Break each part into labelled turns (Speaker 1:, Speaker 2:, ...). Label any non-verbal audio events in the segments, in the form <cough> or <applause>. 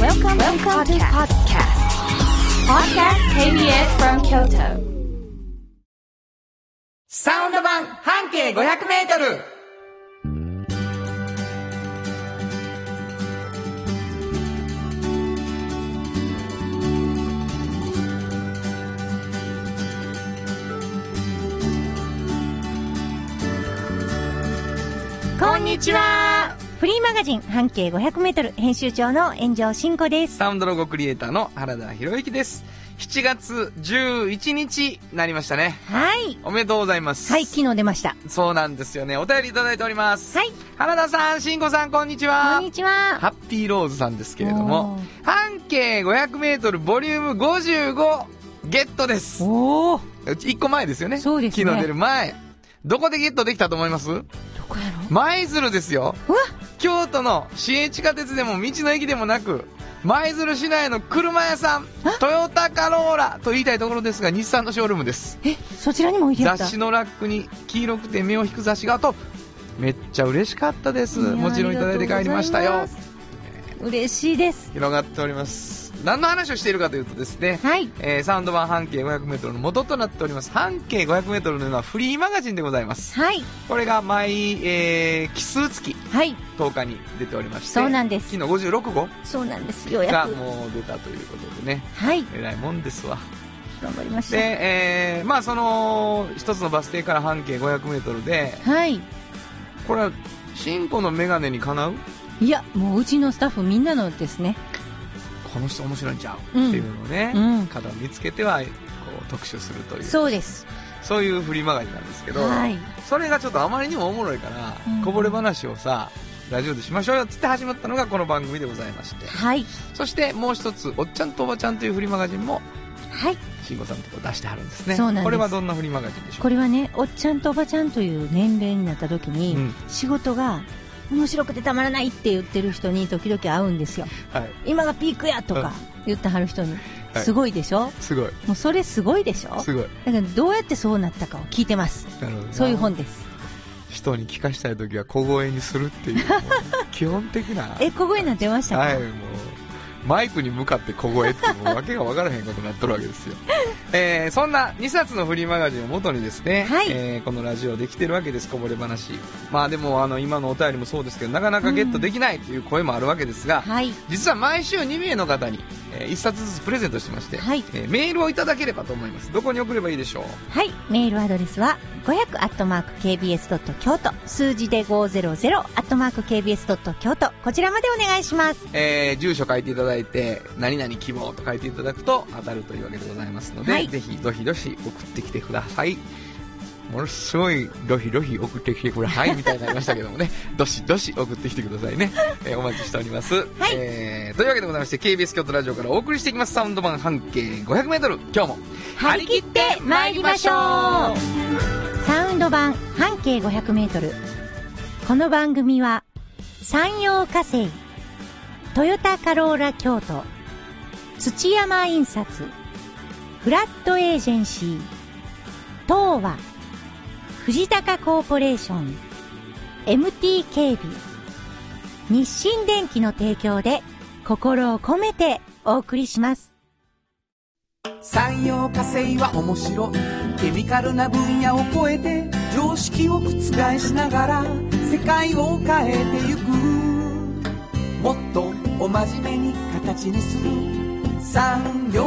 Speaker 1: Welcome, Welcome to podcast. Podcast KBS from Kyoto.
Speaker 2: サウンド版半径500メートル
Speaker 3: こんにちはフリーマガジン半径500メートル編集長の炎上真子です。
Speaker 2: サウンドロゴクリエイターの原田博之です。7月11日になりましたね。
Speaker 3: はい。
Speaker 2: おめでとうございます。
Speaker 3: はい、昨日出ました。
Speaker 2: そうなんですよね。お便りいただいております。
Speaker 3: はい。
Speaker 2: 原田さん、慎吾さん、こんにちは。
Speaker 3: こんにちは。
Speaker 2: ハッピーローズさんですけれども
Speaker 3: おー、
Speaker 2: 半径500メートルボリューム55ゲットです。
Speaker 3: おお、ど
Speaker 2: 1個前ですよね。
Speaker 3: そうですね
Speaker 2: 昨日出る前。どこでゲットできたと思います
Speaker 3: こやろ
Speaker 2: 舞鶴ですよ。
Speaker 3: うわ
Speaker 2: 京都の市営地下鉄でも道の駅でもなく舞鶴市内の車屋さんトヨタカローラと言いたいところですが日産のショールームです
Speaker 3: え、そちらにも置いてあった
Speaker 2: 雑誌のラックに黄色くて目を引く雑誌があとめっちゃ嬉しかったです
Speaker 3: いや
Speaker 2: もちろんいただいて帰りました
Speaker 3: あ
Speaker 2: よ
Speaker 3: りがとうございます嬉しいです。
Speaker 2: 広がっております何の話をしているかというとですね、
Speaker 3: はい。
Speaker 2: えーサウンド版半径 500m の元となっております半径 500m のいうのはフリーマガジンでございます
Speaker 3: はい。
Speaker 2: これが毎、えー奇数月
Speaker 3: はい。
Speaker 2: 10日に出ておりまして
Speaker 3: そうなんです
Speaker 2: 昨日56号
Speaker 3: そうなんです。ようや
Speaker 2: <laughs> が
Speaker 3: く。
Speaker 2: もう出たということでね
Speaker 3: はい。
Speaker 2: えらいもんですわ
Speaker 3: 頑張りました。
Speaker 2: で、えーまあその一つのバス停から半径 500m で
Speaker 3: はい。
Speaker 2: これは新子の眼鏡にかなう
Speaker 3: いや、もううちのスタッフみんなのですね。
Speaker 2: この人面白いんちゃう、
Speaker 3: うん
Speaker 2: っていうのをね、
Speaker 3: うん
Speaker 2: 方を見つけてはこう特集するというそう
Speaker 3: そうです。
Speaker 2: いうフリーマガジンなんですけど、
Speaker 3: はい。
Speaker 2: それがちょっとあまりにもおもろいから、
Speaker 3: うん
Speaker 2: こぼれ話をさラジオでしましょうよっつって始まったのがこの番組でございまして
Speaker 3: はい。
Speaker 2: そしてもう一つ「おっちゃんとおばちゃん」というフリーマガジンも
Speaker 3: はい。
Speaker 2: 慎吾さんのとこ出してはるんですね
Speaker 3: そうなんです
Speaker 2: これはどんなフリーマガジンでしょう
Speaker 3: これはね、おっちゃんとおばちゃんという年齢になった時に、
Speaker 2: うん
Speaker 3: 仕事が面白くてたまらないって言ってる人に時々会うんですよ。
Speaker 2: はい
Speaker 3: 今がピークやとか言ってはる人に。
Speaker 2: はい
Speaker 3: すごいでしょ
Speaker 2: すごい
Speaker 3: もうそれすごいでしょだか
Speaker 2: すごい
Speaker 3: らどうやってそうなったかを聞いてます。
Speaker 2: なるほど
Speaker 3: そういう本です。
Speaker 2: 人に聞かしたい時は小声にするっていう
Speaker 3: <laughs>
Speaker 2: もう基本的な
Speaker 3: え、小声なんてましたか、
Speaker 2: はいもうマイクに向かって小声ってもう訳が分からへんことになっとるわけ
Speaker 3: <laughs>
Speaker 2: ですよ、えーそんな2冊のフリーマガジンを元にですね、
Speaker 3: はい
Speaker 2: えーこのラジオできてるわけですこぼれ話まあでもあの今のお便りもそうですけどなかなかゲットできないという声もあるわけですが、
Speaker 3: はい。
Speaker 2: 実は毎週2名の方に、え1冊ずつプレゼントしてまして、
Speaker 3: はい
Speaker 2: えーメールをいただければと思いますどこに送ればいいでしょう
Speaker 3: はい。メールアドレスは、500アットマーク KBS.京都。数字で500アットマーク KBS.京都。こちらまでお願いします。
Speaker 2: えー住所書いていただいて「何々希望」と書いていただくと当たるというわけでございますので、
Speaker 3: はい
Speaker 2: ぜひどひどし送ってきてくださいものすごいどひどひ送ってきてくださいみたいになりましたけどもね <laughs> どしどし送ってきてくださいね、えーお待ちしております、えーというわけでございまして KBS 京都ラジオからお送りしていきますサウンド版半径 500m 今日も
Speaker 3: 張り切って参りましょうサウンド版半径500メートル。この番組は、山陽火星、トヨタカローラ京都、土山印刷、フラットエージェンシー、東和、藤高コーポレーション、MT 警備、日清電機の提供で心を込めてお送りします。
Speaker 4: 産業化成は面白いケミカルな分野を超えて常識を覆しながら世界を変えてゆくもっとお真面目に形にする産業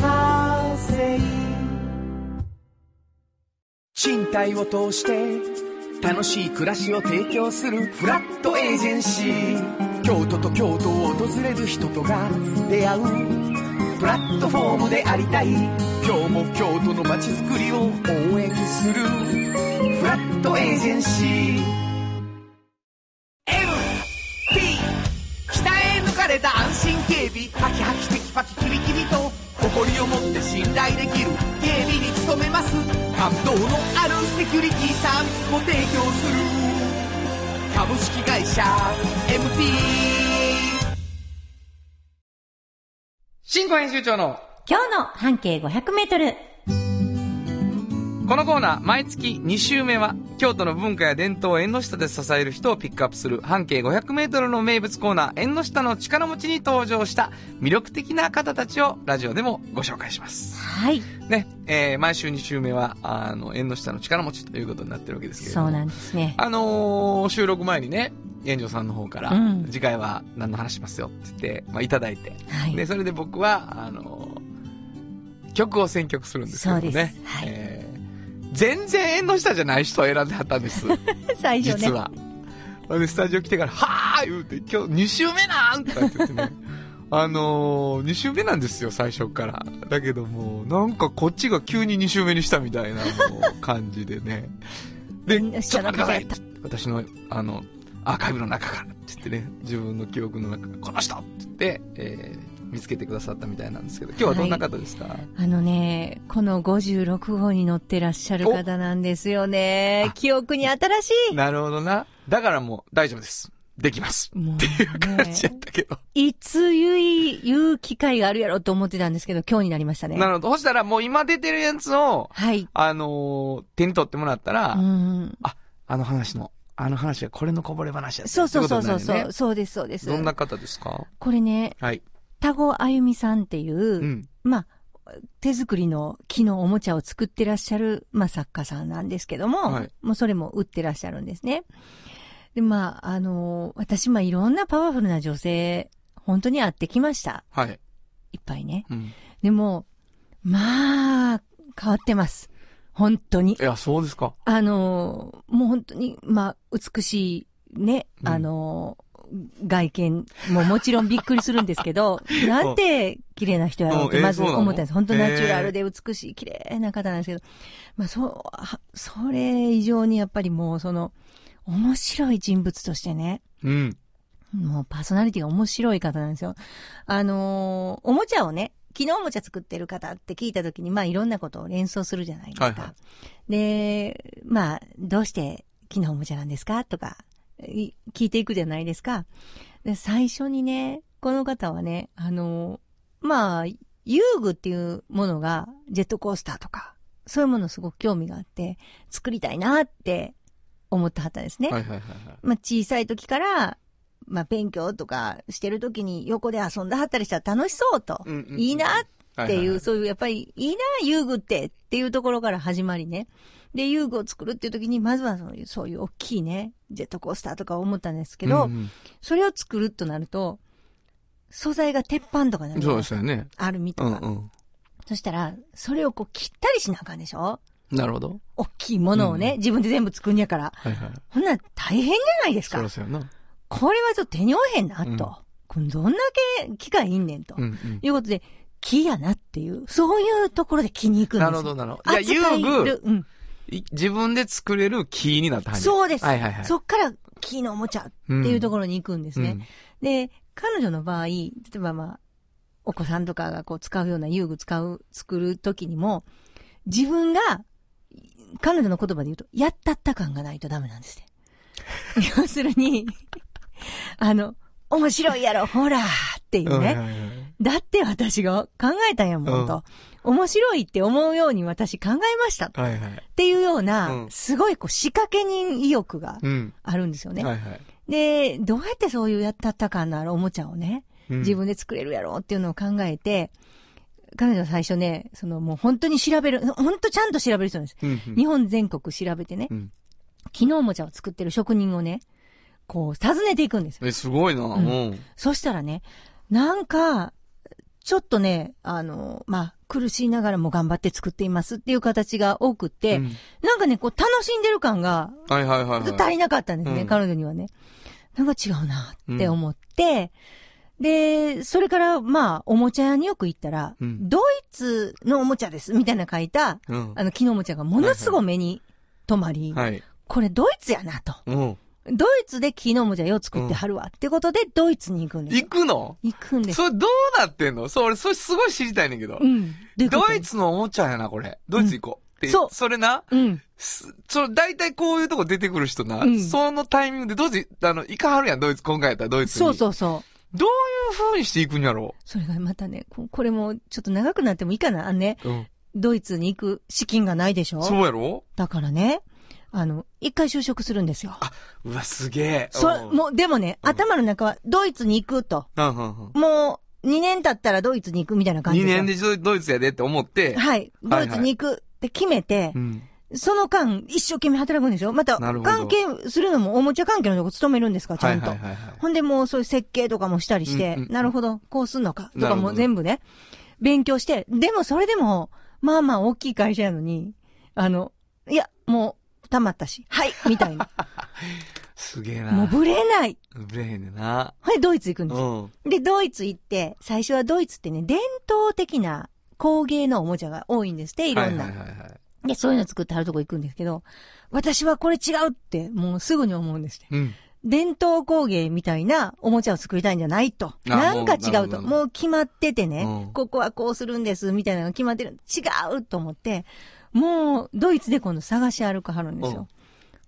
Speaker 4: 化成賃貸を通して楽しい暮らしを提供するフラットエージェンシー京都と京都を訪れる人とが出会うプラットフォームでありたい今日も京都の街づくりを応援するフラットエージェンシー MT 北へ抜かれた安心警備ハキハキテキパキキビキビと誇りを持って信頼できる警備に努めます感動のあるセキュリティサービスも提供する株式会社 MT
Speaker 2: 新婚編集長の
Speaker 3: 今日の半径500メートル。
Speaker 2: このコーナー、毎月2週目は、京都の文化や伝統を縁の下で支える人をピックアップする、半径500メートルの名物コーナー、縁の下の力持ちに登場した、魅力的な方たちをラジオでもご紹介します。
Speaker 3: はい。
Speaker 2: ね、えー毎週2週目は、あの、縁の下の力持ちということになってるわけですけれど
Speaker 3: そ
Speaker 2: も。
Speaker 3: うなんですね。
Speaker 2: あのー収録前にね、炎上さんの方から、
Speaker 3: うん
Speaker 2: 次回は何の話しますよって言って、まあ、いただいて。
Speaker 3: はい。
Speaker 2: で、それで僕は、あのー曲を選曲するんですけども
Speaker 3: そ
Speaker 2: ね。
Speaker 3: うですはい
Speaker 2: えー全然縁の下じゃない人を選んではったんです。
Speaker 3: 最初
Speaker 2: 実
Speaker 3: ね。
Speaker 2: は。ほんで、スタジオ来てから、はー言うて、今日2週目なんとか言ってね。あのー、2週目なんですよ、最初から。だけどもう、なんかこっちが急に2週目にしたみたいなもう感じでね。で、
Speaker 3: 遠慮し
Speaker 2: ち
Speaker 3: ち
Speaker 2: ょ
Speaker 3: ゃ
Speaker 2: っと
Speaker 3: ダメ
Speaker 2: 待
Speaker 3: だ
Speaker 2: っ
Speaker 3: った
Speaker 2: てください私の、あの、アーカイブの中から、って言ってね、自分の記憶の中から、この人って言って、えー見つけてくださったみたいなんですけど、今日はどんな方ですか、
Speaker 3: あのね、この56号に乗ってらっしゃる方なんですよ
Speaker 2: お
Speaker 3: ね
Speaker 2: あ。
Speaker 3: 記憶に新しい。
Speaker 2: なるほどな。だからもう、大丈夫です。できます。
Speaker 3: もう
Speaker 2: 感
Speaker 3: ね
Speaker 2: じやったけど。
Speaker 3: いつ言い、言う機会があるやろと思ってたんですけど、今日になりましたね。
Speaker 2: なるほど。そしたらもう今出てるやつを、
Speaker 3: はい。
Speaker 2: あのー手に取ってもらったら、
Speaker 3: うん。
Speaker 2: あの話の、あの話はこれのこぼれ話やった
Speaker 3: そうそうそうそう
Speaker 2: ってこと
Speaker 3: そ
Speaker 2: になる
Speaker 3: う。そうです、そうです。
Speaker 2: ねどんな方ですか
Speaker 3: これね、
Speaker 2: はい。
Speaker 3: 田子あゆみさんっていう、
Speaker 2: うん。
Speaker 3: まあ、手作りの木のおもちゃを作ってらっしゃる、まあ、作家さんなんですけども、
Speaker 2: はい
Speaker 3: もうそれも売ってらっしゃるんですね。で、まあ、あの、私、まあ、いろんなパワフルな女性、本当に会ってきました。
Speaker 2: はい。
Speaker 3: いっぱいね。
Speaker 2: うん。
Speaker 3: でも、まあ、変わってます。本当に
Speaker 2: い。や、そうですか。
Speaker 3: あの、もう本当に、まあ、美しいね、
Speaker 2: うん
Speaker 3: あの、外見ももちろんびっくりするんですけ
Speaker 2: <laughs>
Speaker 3: ど、なんて綺麗な人やろうと
Speaker 2: うん
Speaker 3: まず
Speaker 2: えそうなの
Speaker 3: 思ったんです。本当ナチュラルで美しい、綺麗な方なんですけど、まあ、そうは、それ以上にやっぱりもうその、面白い人物としてね、
Speaker 2: うん。
Speaker 3: もうパーソナリティが面白い方なんですよ。あのーおもちゃをね、昨日おもちゃ作ってる方って聞いた時に、まあいろんなことを連想するじゃないですか。
Speaker 2: はいは
Speaker 3: で、まあ、どうして昨日おもちゃなんですかとか、い聞いていくじゃないですか。で、最初にね、この方はね、あのーまあ、遊具っていうものが、ジェットコースターとか、そういうものすごく興味があって、作りたいなって思ってはったんですね。
Speaker 2: はいはいはいはい。
Speaker 3: まあ、小さい時から、まあ、勉強とかしてる時に横で遊んだはったりしたら楽しそうと。
Speaker 2: うんうん
Speaker 3: いいな
Speaker 2: っ
Speaker 3: っていう、そういう、やっぱり、いいな、遊具って、っていうところから始まりね。で、遊具を作るっていう時に、まずはそういう、そういう大きいね、ジェットコースターとか思ったんですけど、
Speaker 2: うん
Speaker 3: それを作るとなると、素材が鉄板とかな
Speaker 2: うん
Speaker 3: る
Speaker 2: そうですよね。
Speaker 3: アルミと
Speaker 2: う
Speaker 3: か。
Speaker 2: んうん。
Speaker 3: そしたら、それをこう切ったりしなあかんでしょ
Speaker 2: なるほど。
Speaker 3: 大きいものをね、
Speaker 2: うん
Speaker 3: 自分で全部作んやから。
Speaker 2: はいはい。
Speaker 3: ほんなら大変じゃないです
Speaker 2: そ
Speaker 3: か
Speaker 2: うで。すよな。
Speaker 3: これはちょっと手に負えへんな、
Speaker 2: うん
Speaker 3: と。これどんだけ機会いんねんと。
Speaker 2: うんうん。
Speaker 3: いうことで、木やなっていう、そういうところで木に行くんです
Speaker 2: な
Speaker 3: よ
Speaker 2: るほど、なるほど。
Speaker 3: 扱
Speaker 2: いや、
Speaker 3: え
Speaker 2: 遊具、
Speaker 3: るうん。
Speaker 2: い自分で作れる木になったはず
Speaker 3: そうです。
Speaker 2: はいはいはい。
Speaker 3: そっから木のおもちゃってていうとこ
Speaker 2: ろ
Speaker 3: ろに行くんで
Speaker 2: です
Speaker 3: ね。。で、彼女の場合、例えばまあ、お子さんとかがこう使うような遊具使う、作るときにも、自分が、彼女の言葉で言うと、やったった感がないとダメなんです
Speaker 2: <laughs>
Speaker 3: って。要するに、あの、面白いやろ、ほらっていう
Speaker 2: うんはい
Speaker 3: ね。
Speaker 2: はいはい
Speaker 3: だって私が考えたんやもんと。面白いって思うように私考えましたっ
Speaker 2: はいはい。
Speaker 3: ていうよう
Speaker 2: う
Speaker 3: な、
Speaker 2: ん
Speaker 3: すごいこう仕掛け人意欲が
Speaker 2: うん。
Speaker 3: あるんですよね。
Speaker 2: はいはい。
Speaker 3: で、どうやってそういうやったった感のあるおもちゃをね、
Speaker 2: うん
Speaker 3: 自分で作れるやろうっていうのを考えて、彼女は最初ね、そのもう本当に調べる、本当ちゃんと調べる人なんです。
Speaker 2: うんうん
Speaker 3: 日本全国調べてね、
Speaker 2: うん
Speaker 3: 木のおもちゃを作ってる職人をね、こう訪ねていくんですよ。
Speaker 2: え、すごいな。
Speaker 3: ん
Speaker 2: うん。
Speaker 3: そしたらね、なんか、ちょっとね、あの、まあ、苦しいながらも頑張って作っていますっていう形が多くって、
Speaker 2: うん
Speaker 3: なんかね、こう楽しんでる感が
Speaker 2: はいはいはいはい。
Speaker 3: 足りなかったんですね、
Speaker 2: うん
Speaker 3: 彼女にはね。なんか違うなって思って、で、それから、まあ、おもちゃ屋によく行ったら、
Speaker 2: うん
Speaker 3: ドイツのおもちゃです、みたいな書いた、
Speaker 2: うん
Speaker 3: あの、木のおもちゃがものすごい目に留まり、
Speaker 2: はい。
Speaker 3: これドイツやなと。
Speaker 2: うん。
Speaker 3: ドイツで木のおもちゃを作ってはるわ、ってことで、ドイツに行くんです
Speaker 2: 行
Speaker 3: よ。
Speaker 2: くの
Speaker 3: 行くんです。
Speaker 2: それどうなってんのそう、俺、それすごい知りたいねんけど
Speaker 3: う。ん。どういうこと
Speaker 2: ドイツのおもちゃやな、これ。ドイツ行こう。
Speaker 3: うん
Speaker 2: で
Speaker 3: そう
Speaker 2: それな、
Speaker 3: うん。
Speaker 2: すその、大体こういうとこ出てくる人な、
Speaker 3: うん
Speaker 2: そのタイミングで、ドイツ、あの、行かはるやん、ドイツ、今回やったらドイツに。。
Speaker 3: そうそううそう。
Speaker 2: どういう風にして行くんやろ
Speaker 3: それがまたね、ここれもちょっと長くなってもいいかな。あのね、
Speaker 2: う。うん。
Speaker 3: ドイツに行く資金がないでしょ
Speaker 2: そうやろ
Speaker 3: だからね、あの、一回就職するんですよ。
Speaker 2: うわ、すげえ。
Speaker 3: そ、もう、でもね、
Speaker 2: うん
Speaker 3: 頭の中は、ドイツに行くと。
Speaker 2: うん。うんうんうん
Speaker 3: もう、2年経ったらドイツに行くみたいな感じ
Speaker 2: 2
Speaker 3: ですよ
Speaker 2: 年でドイツやでって思って、
Speaker 3: はい。ドイツに行くって決めて
Speaker 2: う、ん。
Speaker 3: その間、一生懸命働くんでしょまた、
Speaker 2: なるほど
Speaker 3: 関係するのも、おもちゃ関係のとこ勤めるんですから、ち
Speaker 2: は
Speaker 3: ゃ
Speaker 2: い
Speaker 3: んと
Speaker 2: はい。はいはい。
Speaker 3: ほんでもうそういう設計とかもしたりして、
Speaker 2: うんうんうん
Speaker 3: なるほど、こうすんのか、と
Speaker 2: な
Speaker 3: か
Speaker 2: るほど
Speaker 3: も全部ね、勉強して、でもそれでも、まあまあ大きい会社やのに、あの、いや、もう、溜まったし、はい、みたいな。
Speaker 2: すげえ
Speaker 3: もう
Speaker 2: な。
Speaker 3: ぶれない。
Speaker 2: ぶれへんねんな。
Speaker 3: ほいでドイツ行くん
Speaker 2: う
Speaker 3: ですよ。
Speaker 2: ん。
Speaker 3: で、ドイツ行って、最初はドイツってね、伝統的な工芸のおもちゃが多いんですって、いろんな。
Speaker 2: はいはいはいはい。
Speaker 3: で、そういうの作ってあるとこ行くんですけど、私はこれ違うって、もうすぐに思うんですって。
Speaker 2: うん。
Speaker 3: 伝統工芸みたいなおもちゃを作りたいんじゃないと。
Speaker 2: あ
Speaker 3: なんか違
Speaker 2: も
Speaker 3: う
Speaker 2: うなるほどなる
Speaker 3: と。
Speaker 2: ほど
Speaker 3: もう決まっててね、
Speaker 2: うん
Speaker 3: ここはこうするんです、みたいなのが決まってる。違うと思って、もう、ドイツで今度探し歩かはるんですよ。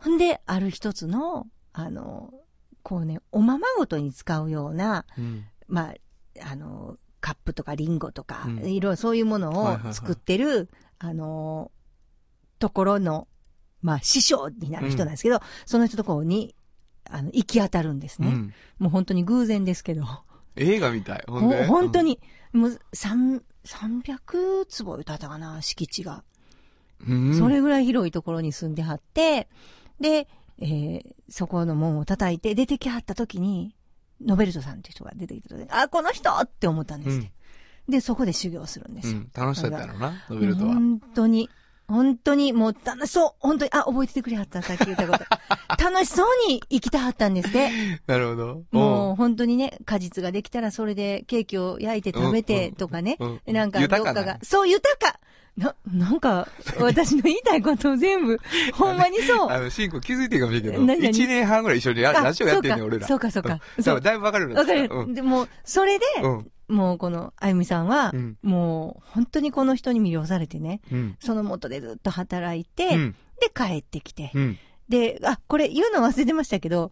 Speaker 3: ほんで、ある一つの、あの、こうね、おままごとに使うような、
Speaker 2: うん。
Speaker 3: まあ、あの、カップとかリンゴとか、
Speaker 2: うん
Speaker 3: いろいろそういうも
Speaker 2: はいはい
Speaker 3: の
Speaker 2: は
Speaker 3: を
Speaker 2: い
Speaker 3: 作ってる、あの、ところの、まあ、師匠になる人なんですけど、その人とこに、あの、行き当たるんです
Speaker 2: う
Speaker 3: ね。
Speaker 2: ん。
Speaker 3: もう本当に偶然ですけど、
Speaker 2: 映画みたい。ほん
Speaker 3: ほ
Speaker 2: で。
Speaker 3: 本当
Speaker 2: に。
Speaker 3: に、もう、三、300坪言うたったかな、敷地が。
Speaker 2: うん。
Speaker 3: それぐらい広いところに住んではって、で、えーそこの門を叩いて出てきはった時に、ノベルトさんっていう人が出てきた時に、あ、この人って思ったんですって、で、そこで修行するんで
Speaker 2: う
Speaker 3: すよ。
Speaker 2: ん。楽しそうやったやろな、ノ
Speaker 3: も
Speaker 2: ベル
Speaker 3: う
Speaker 2: トは。
Speaker 3: 本当に、本当に、もう楽しそう、本当に、あ、覚えててくれはった、さっき言ったこと。
Speaker 2: <laughs>
Speaker 3: 楽しそうに生きたはったんですって。
Speaker 2: なるほど。
Speaker 3: もう本当にね、果実ができたらそれでケーキを焼いて食べてとかね
Speaker 2: うんうん。うん
Speaker 3: なんかどっ
Speaker 2: 豊
Speaker 3: か
Speaker 2: かな
Speaker 3: が、そう豊かな、なんか、私の言いたいことを全
Speaker 2: <laughs>
Speaker 3: 部、ほんまに
Speaker 2: う
Speaker 3: そ
Speaker 2: ん。あ
Speaker 3: う。
Speaker 2: の、シンコ気づいてるかもしれんけど、
Speaker 3: 何何
Speaker 2: 1年半ぐらい一緒にラ
Speaker 3: あ
Speaker 2: ラジオやってんねん、
Speaker 3: そうか
Speaker 2: 俺ら。
Speaker 3: そうかそうか
Speaker 2: ん
Speaker 3: そう
Speaker 2: だからだいぶわかるようにな
Speaker 3: わ
Speaker 2: っ
Speaker 3: か
Speaker 2: て
Speaker 3: る
Speaker 2: きた。。
Speaker 3: でも、それで、
Speaker 2: うん。うん。
Speaker 3: もうこの、あゆみさんは
Speaker 2: うん、
Speaker 3: もう本当にこの人に魅了されてね、
Speaker 2: うん。
Speaker 3: その元でずっと働いうて、
Speaker 2: ん。
Speaker 3: で帰ってきて
Speaker 2: う、ん。
Speaker 3: で、あ、これ言うの忘れてましたけど、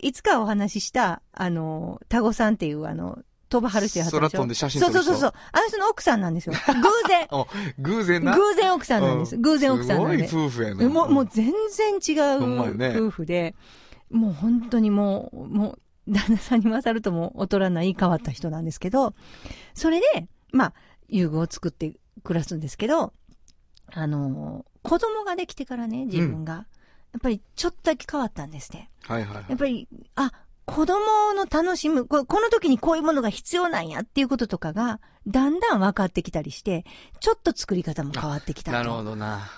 Speaker 3: いつかお話しした、あの、タゴさんっていう、あの、飛ばはる人やった
Speaker 2: 空飛んで写真撮
Speaker 3: そう
Speaker 2: る
Speaker 3: そう
Speaker 2: 人。
Speaker 3: そうそう。あの人の奥さんなんですよ。偶然
Speaker 2: <laughs> お偶然な。
Speaker 3: 偶然奥さんなんです。
Speaker 2: う。
Speaker 3: 偶然奥さんなんです
Speaker 2: ごい夫婦や
Speaker 3: え
Speaker 2: な。
Speaker 3: もう、もう全然違
Speaker 2: ほんまやね
Speaker 3: う夫婦で、もう本当にもう、もう、旦那さんに勝るとも劣らない変わった人なんですけど、それで、まあ、遊具を作って暮らすんですけど、あのー子供ができてからね、自分が、やっぱりちょっとだけ変わったんですね。
Speaker 2: はいはいはい
Speaker 3: やっ。ぱり、あ、子供の楽しむ、ここの時にこういうものが必要なんやっていうこととかが、だんだん分かってきたりして、ちょっと作り方も変わってきたと。
Speaker 2: なるほどな。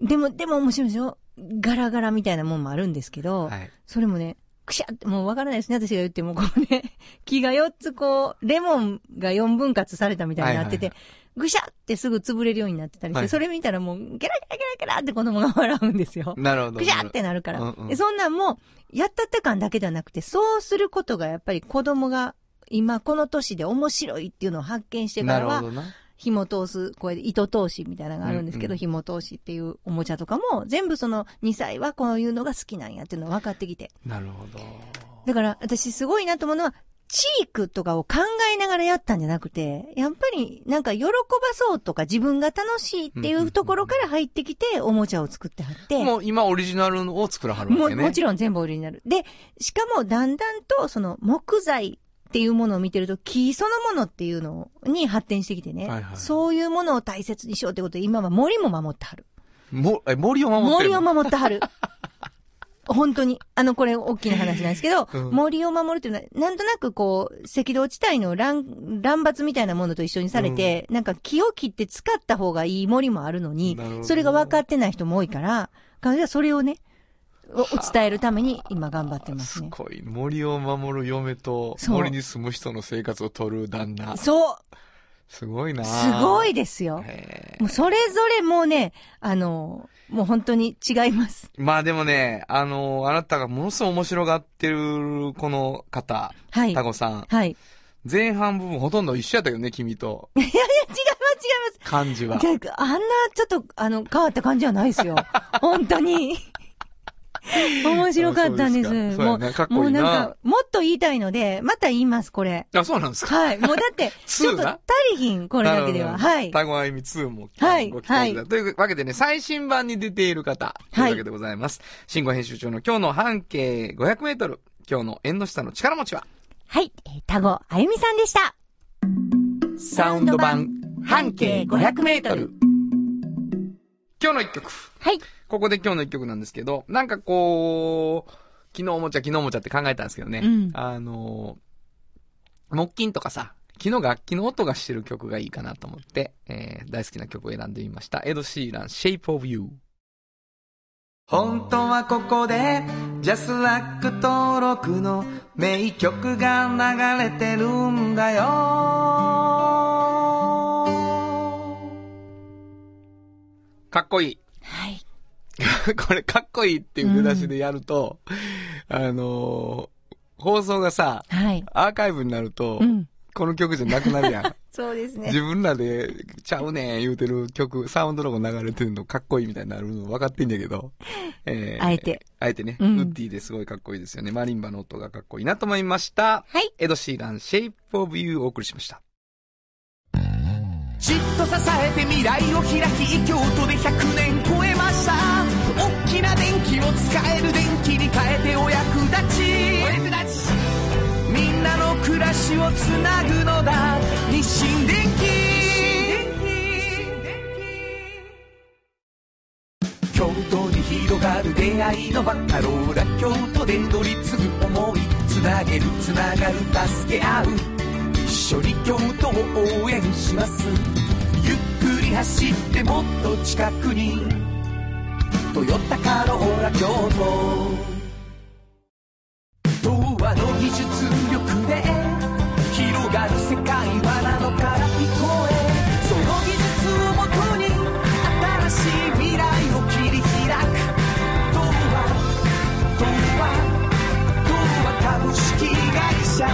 Speaker 3: でも、でも面白いですよ。ガラガラみたいなもんもあるんですけど、
Speaker 2: はい。
Speaker 3: それもね、くしゃって、もうわからないですね。私が言っても、こうね、 <laughs> 木が4つこう、レモンが4分割されたみたいになってて、
Speaker 2: は
Speaker 3: ぐしゃってすぐ潰れるようになってたりして、
Speaker 2: はい
Speaker 3: それ見たらもう、ゲラゲラゲラゲラって子供が笑うんですよ。
Speaker 2: なる <laughs> ほど。
Speaker 3: ぐしゃってなるから。
Speaker 2: うんうん
Speaker 3: でそんなんも、やったった感だけではなくて、そうすることがやっぱり子供が、今この年で面白いっていうのを発見してか
Speaker 2: な
Speaker 3: ら
Speaker 2: る
Speaker 3: は
Speaker 2: ほ、どな。
Speaker 3: 紐通す、これで糸通しみたいなのがあるんですけど、
Speaker 2: うんうん
Speaker 3: 紐通しっていうおもちゃとかも、全部その2歳はこういうのが好きなんやっていうのが分かってきて。
Speaker 2: なるほど。
Speaker 3: だから私すごいなと思うのは、チークとかを考えながらやったんじゃなくて、やっぱりなんか喜ばそうとか自分が楽しいっていうところから入ってきて、おもちゃを作ってはって。
Speaker 2: もう今オリジナルのを作らはるわ
Speaker 3: も
Speaker 2: けね。
Speaker 3: もちろん全部売りになる。で、しかもだんだんと、その木材っていうものを見てると、木そのものっていうのに発展してきてね、
Speaker 2: はいはい
Speaker 3: そういうものを大切にしようってことで、今は森も守ってはる。
Speaker 2: もえ森を守ってる
Speaker 3: 森を守っては
Speaker 2: <laughs>
Speaker 3: る。本当に。あの、これ大きな話なんですけど、
Speaker 2: うん
Speaker 3: 森を守るっていうのは、なんとなくこう、赤道地帯の乱、乱伐みたいなものと一緒にされて、なんか木を切って使った方がいい森もあるのに
Speaker 2: なるほ、ど
Speaker 3: それが分かってない人も多いから、彼女はそれをね、おお伝えるために今頑張ってます
Speaker 2: す
Speaker 3: ね。
Speaker 2: ごい。森を守る嫁と、
Speaker 3: そう
Speaker 2: 森に住む人の生活を取る旦那。
Speaker 3: そう
Speaker 2: すごいな
Speaker 3: すごいですよ。
Speaker 2: へえ
Speaker 3: もうそれぞれもうね、あの、もう本当に違います。
Speaker 2: まあでもね、あの、あなたがものすごい面白がってるこの方、
Speaker 3: はい。
Speaker 2: タ
Speaker 3: はい。
Speaker 2: コさん。
Speaker 3: いやいや、違い
Speaker 2: 前半部分ほとんど一緒やったけどね、君と。
Speaker 3: ます、違います。
Speaker 2: 漢字は。 <laughs>
Speaker 3: じゃあ、あんな、ちょっと、あの、変わった感じはないですよ。本当に。面白かったんで。
Speaker 2: あそうですすかそうやねかっこいいな
Speaker 3: もうなんか、もっと言いたいので、また言います、こ
Speaker 2: <laughs>
Speaker 3: れ。
Speaker 2: あ、そうなんですか。
Speaker 3: はい。もうだって、ちょっと
Speaker 2: 通な
Speaker 3: 足りひん、これだけでは。
Speaker 2: なるほど
Speaker 3: はい。
Speaker 2: タゴアイミ2も
Speaker 3: はい
Speaker 2: ご期待くださいというわけでね、最新版に出ている方、というわけでございます。新語編集長の今日の半径500メートル、今日の縁の下の力持ちは、
Speaker 3: はい。えータゴ、あゆみさんでした。
Speaker 4: サウンド版半径500メートル。
Speaker 2: 今日の一曲。
Speaker 3: はい。
Speaker 2: ここで今日の一曲なんですけど、なんかこう、昨日おもちゃ、昨日おもちゃって考えたんですけどね。
Speaker 3: うん
Speaker 2: あのー、木琴とかさ、昨日楽器の音がしてる曲がいいかなと思って、えー大好きな曲を選んでみました。エド・シーラン、Shape of You。
Speaker 4: 本当はここでジャスラック登録の名曲が流れてるんだよ
Speaker 2: かっこいい。
Speaker 3: はい。
Speaker 2: <laughs> これかっこいいっていう出だしでやると、あのー放送がさ、
Speaker 3: はい。
Speaker 2: アーカイブになると、
Speaker 3: うん。
Speaker 2: この曲じゃなくなるやん。
Speaker 3: そうです <laughs> ね。
Speaker 2: 自分らで、ちゃうねん言うてる曲、サウンドロゴ流れてるのかっこいいみたいになるの分かってんだけど。え
Speaker 3: あえて。
Speaker 2: あえてね、
Speaker 3: うん
Speaker 2: ウッディですごいかっこいいですよね。マリンバの音がかっこいいなと思いました。
Speaker 3: はい。
Speaker 2: エド・シーラン、シェイプ・オブ・ユーをお送りしました。
Speaker 4: じっと支えて未来を開き京都で100年超えました大きな電気を使える電気に変えてお役立ちお役立ちみんなの暮らしをつなぐのだ日清電気京都に広がる出会いのバカローラ京都で乗り継ぐ思いつなげるつながる助け合う一緒に京都を応援しますゆっくり走ってもっと近くに「トヨタカローラ京都」童話の技術力で広がる世界はなのから聞こえその技術をもとに新しい未来を切り開く童話童話童話株式会社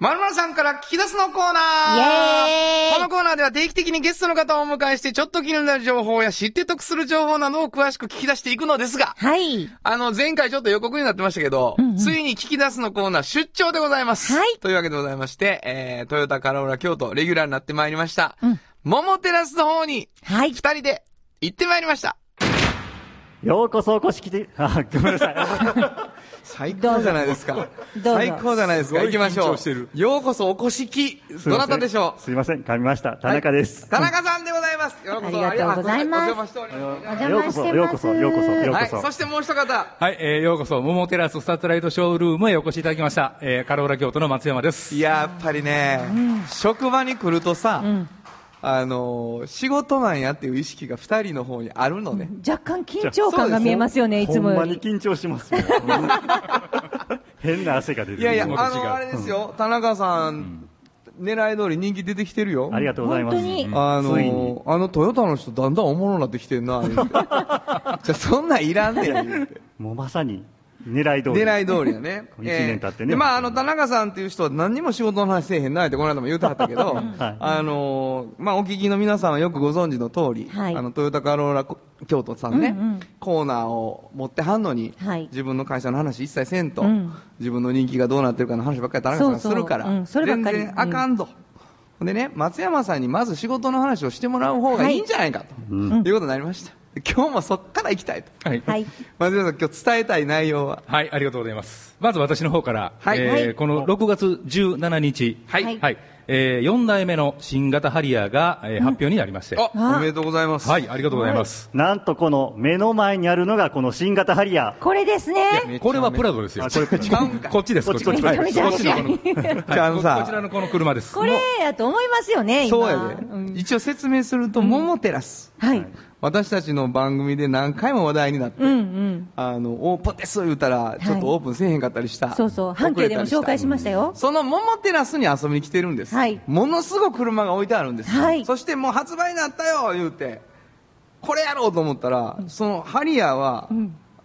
Speaker 2: まるまるさんから聞き出すのコーナー
Speaker 3: イェーイ
Speaker 2: このコーナーでは定期的にゲストの方をお迎えして、ちょっと気になる情報や知って得する情報などを詳しく聞き出していくのですが、
Speaker 3: はい。
Speaker 2: あの、前回ちょっと予告になってましたけど、
Speaker 3: うんうん
Speaker 2: ついに聞き出すのコーナー出張でございます。
Speaker 3: はい
Speaker 2: というわけでございまして、えー、トヨタカローラ京都レギュラーになってまいりました。
Speaker 3: うん
Speaker 2: 桃テラスの方に、
Speaker 3: はい
Speaker 2: 二。人で行ってまいりました。
Speaker 5: ようこそお越し来て、あ、ごめんなさい。
Speaker 6: <laughs>
Speaker 2: 最高じゃないですか。
Speaker 3: どうぞ
Speaker 2: 最高じゃないですか。
Speaker 6: す
Speaker 2: 行
Speaker 6: ごい
Speaker 2: きましょ
Speaker 6: 緊張してる
Speaker 2: う。ようこそお越しき、
Speaker 5: す
Speaker 2: ど
Speaker 5: いません
Speaker 2: なたでしょう
Speaker 5: すいません、噛みました。田中です。
Speaker 2: 田中さんでございます。ようこそ
Speaker 3: ありがとうございます
Speaker 2: ありがとうございお世話しておりま
Speaker 3: お邪
Speaker 5: よ
Speaker 3: 魔
Speaker 5: うこ
Speaker 3: し
Speaker 5: そ、
Speaker 3: て
Speaker 5: よう
Speaker 3: ます。
Speaker 5: こそ、ようこそ、ようこ
Speaker 2: す。はい、そ
Speaker 5: そ。
Speaker 2: してもう一方。
Speaker 6: はい、えー、ようこそ、桃テラススタートライトショールームへお越しいただきました。えー、カローラ京都の松山です。
Speaker 2: いや、やっぱりね、職場に来るとさ、あのー仕事なんやっていう意識が二人の方にあるのね。
Speaker 3: 若干緊張感が見えますよね、いつも
Speaker 5: ほん
Speaker 3: よ
Speaker 5: ま
Speaker 3: り。
Speaker 5: に緊張します。 <laughs> 変な汗が出る。
Speaker 2: いやいや、
Speaker 6: う
Speaker 2: あ
Speaker 6: まく違う
Speaker 2: の、あれですよ、田中さん、狙い通り人気出てきてるよ。
Speaker 5: ありがとうございます。
Speaker 3: 本当に
Speaker 2: あ
Speaker 5: ついに
Speaker 2: の、あのトヨタの人だんだんおもろなってきてん <laughs> な、言うてじゃあそんなんいらんねん言うて、
Speaker 5: もうまさに、狙い通り。
Speaker 2: 狙い通りやね
Speaker 5: <laughs> 。一年経って
Speaker 2: えー
Speaker 5: ね
Speaker 2: でまあ、あの、田中さんっていう人は何にも仕事の話せえへんなってこの間も言うてはったけど、あの、まあ、お聞きの皆さんはよくご存知の通り、
Speaker 3: はい
Speaker 2: あの、トヨタカローラ京都さんね、
Speaker 3: うんうん
Speaker 2: コーナーを持ってはんのに、
Speaker 3: はい
Speaker 2: 自分の会社の話一切せんと、
Speaker 3: うん
Speaker 2: 自分の人気がどうなってるかの話ばっかり田中さんがするから、
Speaker 3: そうそううんそればっ
Speaker 2: 全
Speaker 3: かり
Speaker 2: 然あかんと。ほんでね、松山さんにまず仕事の話をしてもらう方がいいんじゃないかと、い、うことになりました。今日もそっから行きたいと。
Speaker 6: はい。
Speaker 3: はい。
Speaker 2: 松山さん、今日伝えたい内容は
Speaker 6: はい、ありがとうございます。まず私の方から、
Speaker 2: はい
Speaker 6: えー
Speaker 2: はい
Speaker 6: この6月17日、
Speaker 2: はい
Speaker 3: はい
Speaker 6: えー、4代目の新型ハリアーが、えー発表になりまして、
Speaker 2: あ、おめでとうございます。
Speaker 6: はい、ありがとうございます。
Speaker 5: なんとこの目の前にあるのがこの新型ハリア
Speaker 3: これですね。
Speaker 2: いや
Speaker 6: これはプラドですよ。
Speaker 5: あこれプラ
Speaker 2: ド違うんか
Speaker 6: こっちです、
Speaker 5: こっちこっち
Speaker 6: はい
Speaker 3: こっちこっ
Speaker 6: こっ
Speaker 3: ち
Speaker 6: ちのこの、
Speaker 2: じゃああのさ
Speaker 6: ここちらのこの車です。
Speaker 3: これやと思いますよね、今。
Speaker 2: そうやで、
Speaker 3: ん
Speaker 2: 一応説明すると、モモテラス。
Speaker 3: はい。
Speaker 2: 私たちの番組で何回も話題になって、
Speaker 3: うんうん。
Speaker 2: あの、オープンです言うたら、ちょっとオープンせえへんかったりした。
Speaker 3: そうそう。半径でも紹介し
Speaker 2: ま
Speaker 3: ましたよ。
Speaker 2: そのモモテラスに遊びに来てるんです。
Speaker 3: はい
Speaker 2: ものすごく車が置いてあるんです。
Speaker 3: はい
Speaker 2: そしてもう発売になったよ言うて、これやろうと思ったら、そのハリアーは、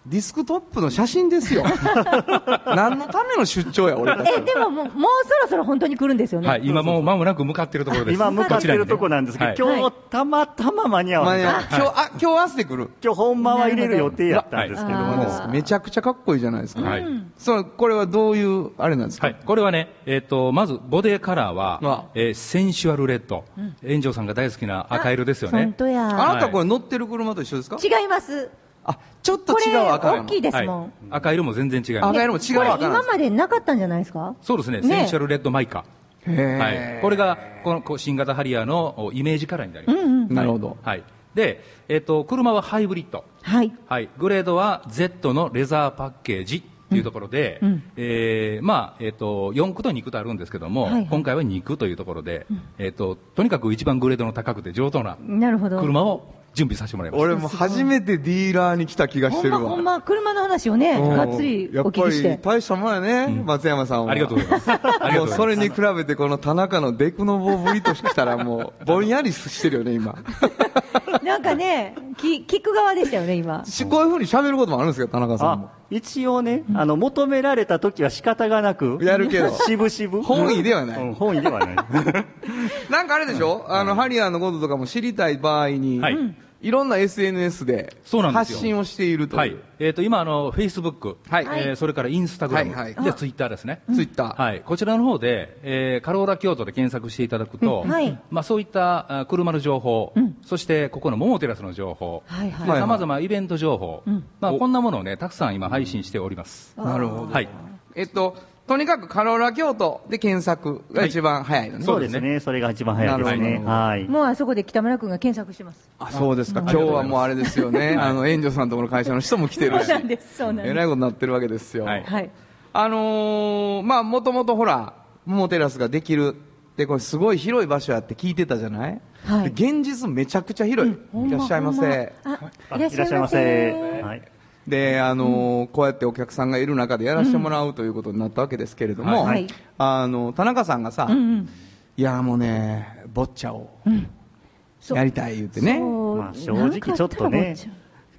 Speaker 2: ディスクトップの写真です
Speaker 3: <laughs>
Speaker 2: よ何のための出張や俺たち
Speaker 3: え、でももう、もうそろそろ本当に来るんですよね。
Speaker 6: はい、今もう間もなく向かっているところです。
Speaker 5: 今向かってるとこなんですけど、
Speaker 6: はい
Speaker 5: 今日たまたま間に合
Speaker 2: まあ
Speaker 5: わ
Speaker 2: ね
Speaker 5: ない、
Speaker 2: 今日あ今日明日で来る
Speaker 5: 今日本間は入れる予定やったんですけども
Speaker 3: なるほ
Speaker 5: ね
Speaker 3: ど
Speaker 2: もうめちゃくちゃかっこいいじゃないですか、
Speaker 6: はい
Speaker 2: そうこれはどういうあれなんですか、
Speaker 6: はい、これはね、えっとまずボデーカラーは
Speaker 2: あ、
Speaker 6: えーセンシュアルレッド、炎上さんが大好きな赤色ですよ
Speaker 3: 本
Speaker 6: ね、
Speaker 3: 当や。
Speaker 2: あなたこれ乗ってる車と一緒ですか、
Speaker 3: 違います。
Speaker 2: あちょっと
Speaker 3: こ
Speaker 2: 違
Speaker 3: れ、
Speaker 2: う赤や
Speaker 3: 大
Speaker 2: もん
Speaker 3: きいです
Speaker 6: はい
Speaker 3: もん。、
Speaker 6: 赤色も全然違います
Speaker 2: 赤、色も違う
Speaker 3: こ
Speaker 2: 赤
Speaker 3: れ
Speaker 2: なん
Speaker 3: 今
Speaker 2: です
Speaker 3: までなかったんじゃないですか
Speaker 6: そうですね、
Speaker 3: ね
Speaker 6: センシュアルレッドマイカ、は
Speaker 2: へ
Speaker 6: い、
Speaker 2: ー
Speaker 6: これがこのこう新型ハリアーのおイメージカラーになります、
Speaker 2: なるほど
Speaker 6: はいでえっと車はハイブリッド、
Speaker 3: はい。
Speaker 6: はい、グレードは Z のレザーパッケージというところで、えーまあえっと4区と2区とあるんですけども、
Speaker 3: はいはい
Speaker 6: 今回は2区というところで、えっととにかく一番グレードの高くて上等な
Speaker 3: なるほど。
Speaker 6: 車を準備させてもらいました
Speaker 2: 俺も初めてディーラーに来た気がし
Speaker 3: ほ
Speaker 2: て
Speaker 3: ん
Speaker 2: る
Speaker 3: ま、
Speaker 2: わ
Speaker 3: ほんま、車の話をね、
Speaker 2: うん
Speaker 3: がっつり
Speaker 2: や
Speaker 3: お
Speaker 2: っ
Speaker 3: 聞
Speaker 2: ぱ
Speaker 3: きし
Speaker 2: り
Speaker 3: て。
Speaker 2: 大したもんやね、松山さんは
Speaker 6: ありがとうございますありがと
Speaker 2: もう
Speaker 6: うございます
Speaker 2: それに比べてこの田中のデクノボぶりとしたらもうぼんやりしてるよね今
Speaker 3: なんかね、き、聞く側でしたよね、今。
Speaker 2: し <laughs> こういうふうに喋ることもあるんですけど田中さんも
Speaker 5: あ一応ね、あの求められた時は仕方がなく、
Speaker 2: やるけど
Speaker 5: しぶしぶ、
Speaker 2: 本意ではない
Speaker 5: うん本意ではない、
Speaker 2: <laughs> なんかあれでしょ、あのハリアーのこととかも知りたい場合に、
Speaker 6: はい
Speaker 2: い、ろんな SNS で
Speaker 6: そうなんで
Speaker 2: 発
Speaker 6: すよ
Speaker 2: 信をしていると、
Speaker 6: はいいうえー、と今あの、フェイスブック、
Speaker 2: はい
Speaker 6: えーそれからインスタグラム、
Speaker 2: はいはい
Speaker 6: でツイッターですね、
Speaker 2: ツイッター、
Speaker 6: はい、こちらの方で、えーカローラ京都で検索していただくと、
Speaker 3: うんはい
Speaker 6: まあ、そういったあ車の情報、そしてここの桃テラスの情報、
Speaker 3: はいはい
Speaker 2: はい
Speaker 6: さまざまイベント情報、まあ、こんなものを、ね、たくさん今、配信しております。
Speaker 2: なるほど、
Speaker 6: はい
Speaker 2: えっととにかくカローラ京都で検索が一番早いのね、
Speaker 5: そうですね、それが一番早いです
Speaker 2: なる
Speaker 5: ね
Speaker 2: ほ。ど
Speaker 5: はい
Speaker 3: もうあそこで北村君が検索してます。
Speaker 2: あそうですか今日はもうあれですよねあの援助さんとこの会社の人も来てる
Speaker 3: そう
Speaker 2: し
Speaker 3: なんです、そうなん
Speaker 2: え
Speaker 3: で
Speaker 2: らいことになってるわけですよ、
Speaker 6: はい
Speaker 3: す。はい。
Speaker 2: あのーまあもともとほら桃テラスができるでこれすごい広い場所やって聞いてたじゃない、
Speaker 3: はい
Speaker 2: で現実めちゃくちゃ広い、いらっしゃいませ、
Speaker 3: あ
Speaker 5: あ
Speaker 3: いらっしゃいませ。
Speaker 5: はい。
Speaker 2: で、あのーこうやってお客さんがいる中でやらせてもらう、ということになったわけですけれども、
Speaker 3: はい
Speaker 2: あの田中さんがさ、
Speaker 3: うんうん
Speaker 2: いやもうね、ボッチャを
Speaker 3: そう
Speaker 2: やりたい言ってね、
Speaker 3: そう
Speaker 5: まあ正直ちょっとね、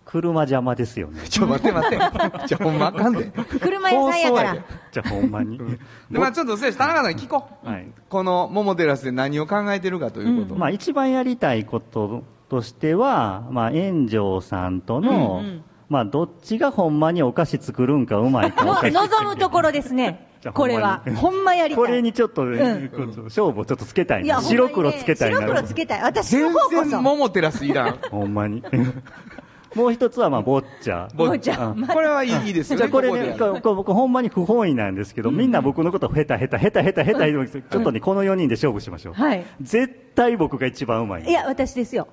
Speaker 5: 車邪魔ですよね。
Speaker 2: ちょ、待って
Speaker 3: <laughs>
Speaker 2: 待って、ちょ、ほんまあかんで、
Speaker 3: 車屋さんやから
Speaker 2: 放送で
Speaker 5: じゃあほんまに。
Speaker 2: でまあ、ちょっとせやし田中さんに聞こう、
Speaker 5: はい
Speaker 2: この桃テラスで何を考えてるかということ、
Speaker 5: まあ一番やりたいこととしては、まあ炎上さんとの、まあどっちがほんまにお菓子作るんかうまいかお
Speaker 3: の
Speaker 5: かしい
Speaker 3: 望むところですね
Speaker 5: じゃ。あ
Speaker 3: これは。ほんまやりたい。
Speaker 5: これにちょっと、
Speaker 3: ん
Speaker 5: こう勝負をちょっとつけたい
Speaker 3: いや
Speaker 5: な
Speaker 3: ほんまにね
Speaker 5: 白黒つけたいな。
Speaker 3: 白黒つけたい。私の
Speaker 2: 全
Speaker 3: 方こ
Speaker 2: 然
Speaker 3: そ。
Speaker 2: 桃テラスいらん、
Speaker 5: ほんまに。 <laughs> もう一つはまあボッチャ。
Speaker 3: ボッチャ
Speaker 5: うん
Speaker 2: これはいいいいですよ
Speaker 5: じゃ
Speaker 2: ね、
Speaker 5: あこれ
Speaker 2: ここで
Speaker 5: ね、ここ僕ほんまに不本意なんですけど、みんな僕のことヘタヘタヘタヘタヘタ言うんですよちょっとね、この4人で勝負しましょう。
Speaker 3: はい
Speaker 5: 絶対僕が一番うまい。
Speaker 3: いや、私ですよ。